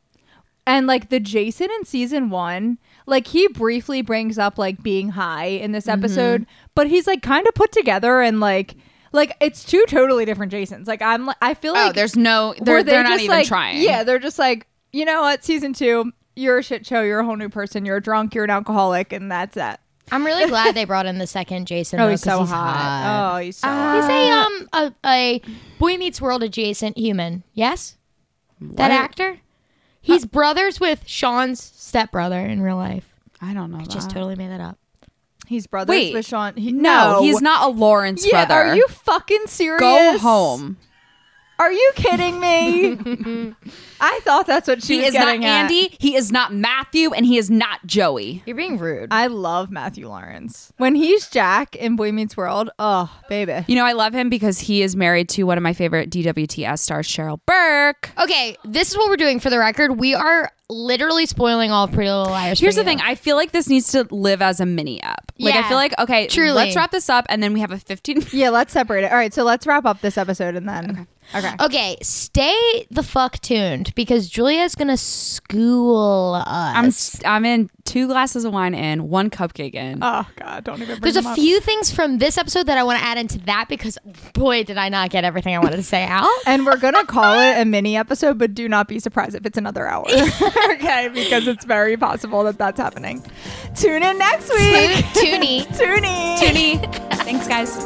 S4: And like the Jason in season one, like he briefly brings up like being high in this
S5: Mm-hmm.
S4: episode, but he's like kind of put together and like like it's two totally different Jasons. Like I'm like I feel like
S5: oh, there's no
S4: were
S5: they're,
S4: they
S5: they're not
S4: just,
S5: even
S4: like-
S5: trying.
S4: Yeah, they're just like, you know what, season two, you're a shit show, you're a whole new person, you're drunk, you're an alcoholic, and that's that.
S3: I'm really glad they brought in the second Jason. though, 'cause he's
S4: Oh, he's so
S5: Ah.
S3: He's a um a, a Boy Meets World adjacent human. Yes, that actor. He's brothers with Sean's stepbrother in real life.
S5: I don't know.
S3: Just
S5: that.
S3: totally made that up.
S4: he's brothers
S5: Wait.
S4: with Sean. He,
S5: no, he's not a Lawrence
S4: Yeah,
S5: brother.
S4: are you fucking serious?
S5: go home?
S4: Are you kidding me? I thought that's what she
S5: He
S4: was
S5: is not
S4: getting at.
S5: Andy. He is not Matthew, and he is not Joey.
S3: You're being rude.
S4: I love Matthew Lawrence when he's Jack in Boy Meets World. Oh, baby.
S5: You know, I love him because he is married to one of my favorite DWTS stars, Cheryl Burke.
S3: Okay, this is what we're doing for the record. We are literally spoiling all of Pretty Little Liars. for
S5: Here's the
S3: you.
S5: thing. I feel like this needs to live as a mini up. Like
S3: Yeah.
S5: I feel like okay,
S3: Truly.
S5: let's wrap this up, and then we have a 15.
S4: Yeah, let's separate it. All right, so let's wrap up this episode and then. Okay.
S3: Okay, stay the fuck tuned because Julia's gonna school us.
S5: I'm s- I'm in two glasses of wine in, one cupcake in.
S4: Oh God, don't even. Bring
S3: There's
S4: them
S3: a
S4: up.
S3: few things from this episode that I want to add into that because boy, did I not get everything I wanted to say out.
S4: And we're gonna call it a mini episode, but do not be surprised if it's another hour. okay, because it's very possible that that's happening. Tune in next week.
S3: Toonie.
S4: Tune in.
S5: Toonie. Thanks, guys.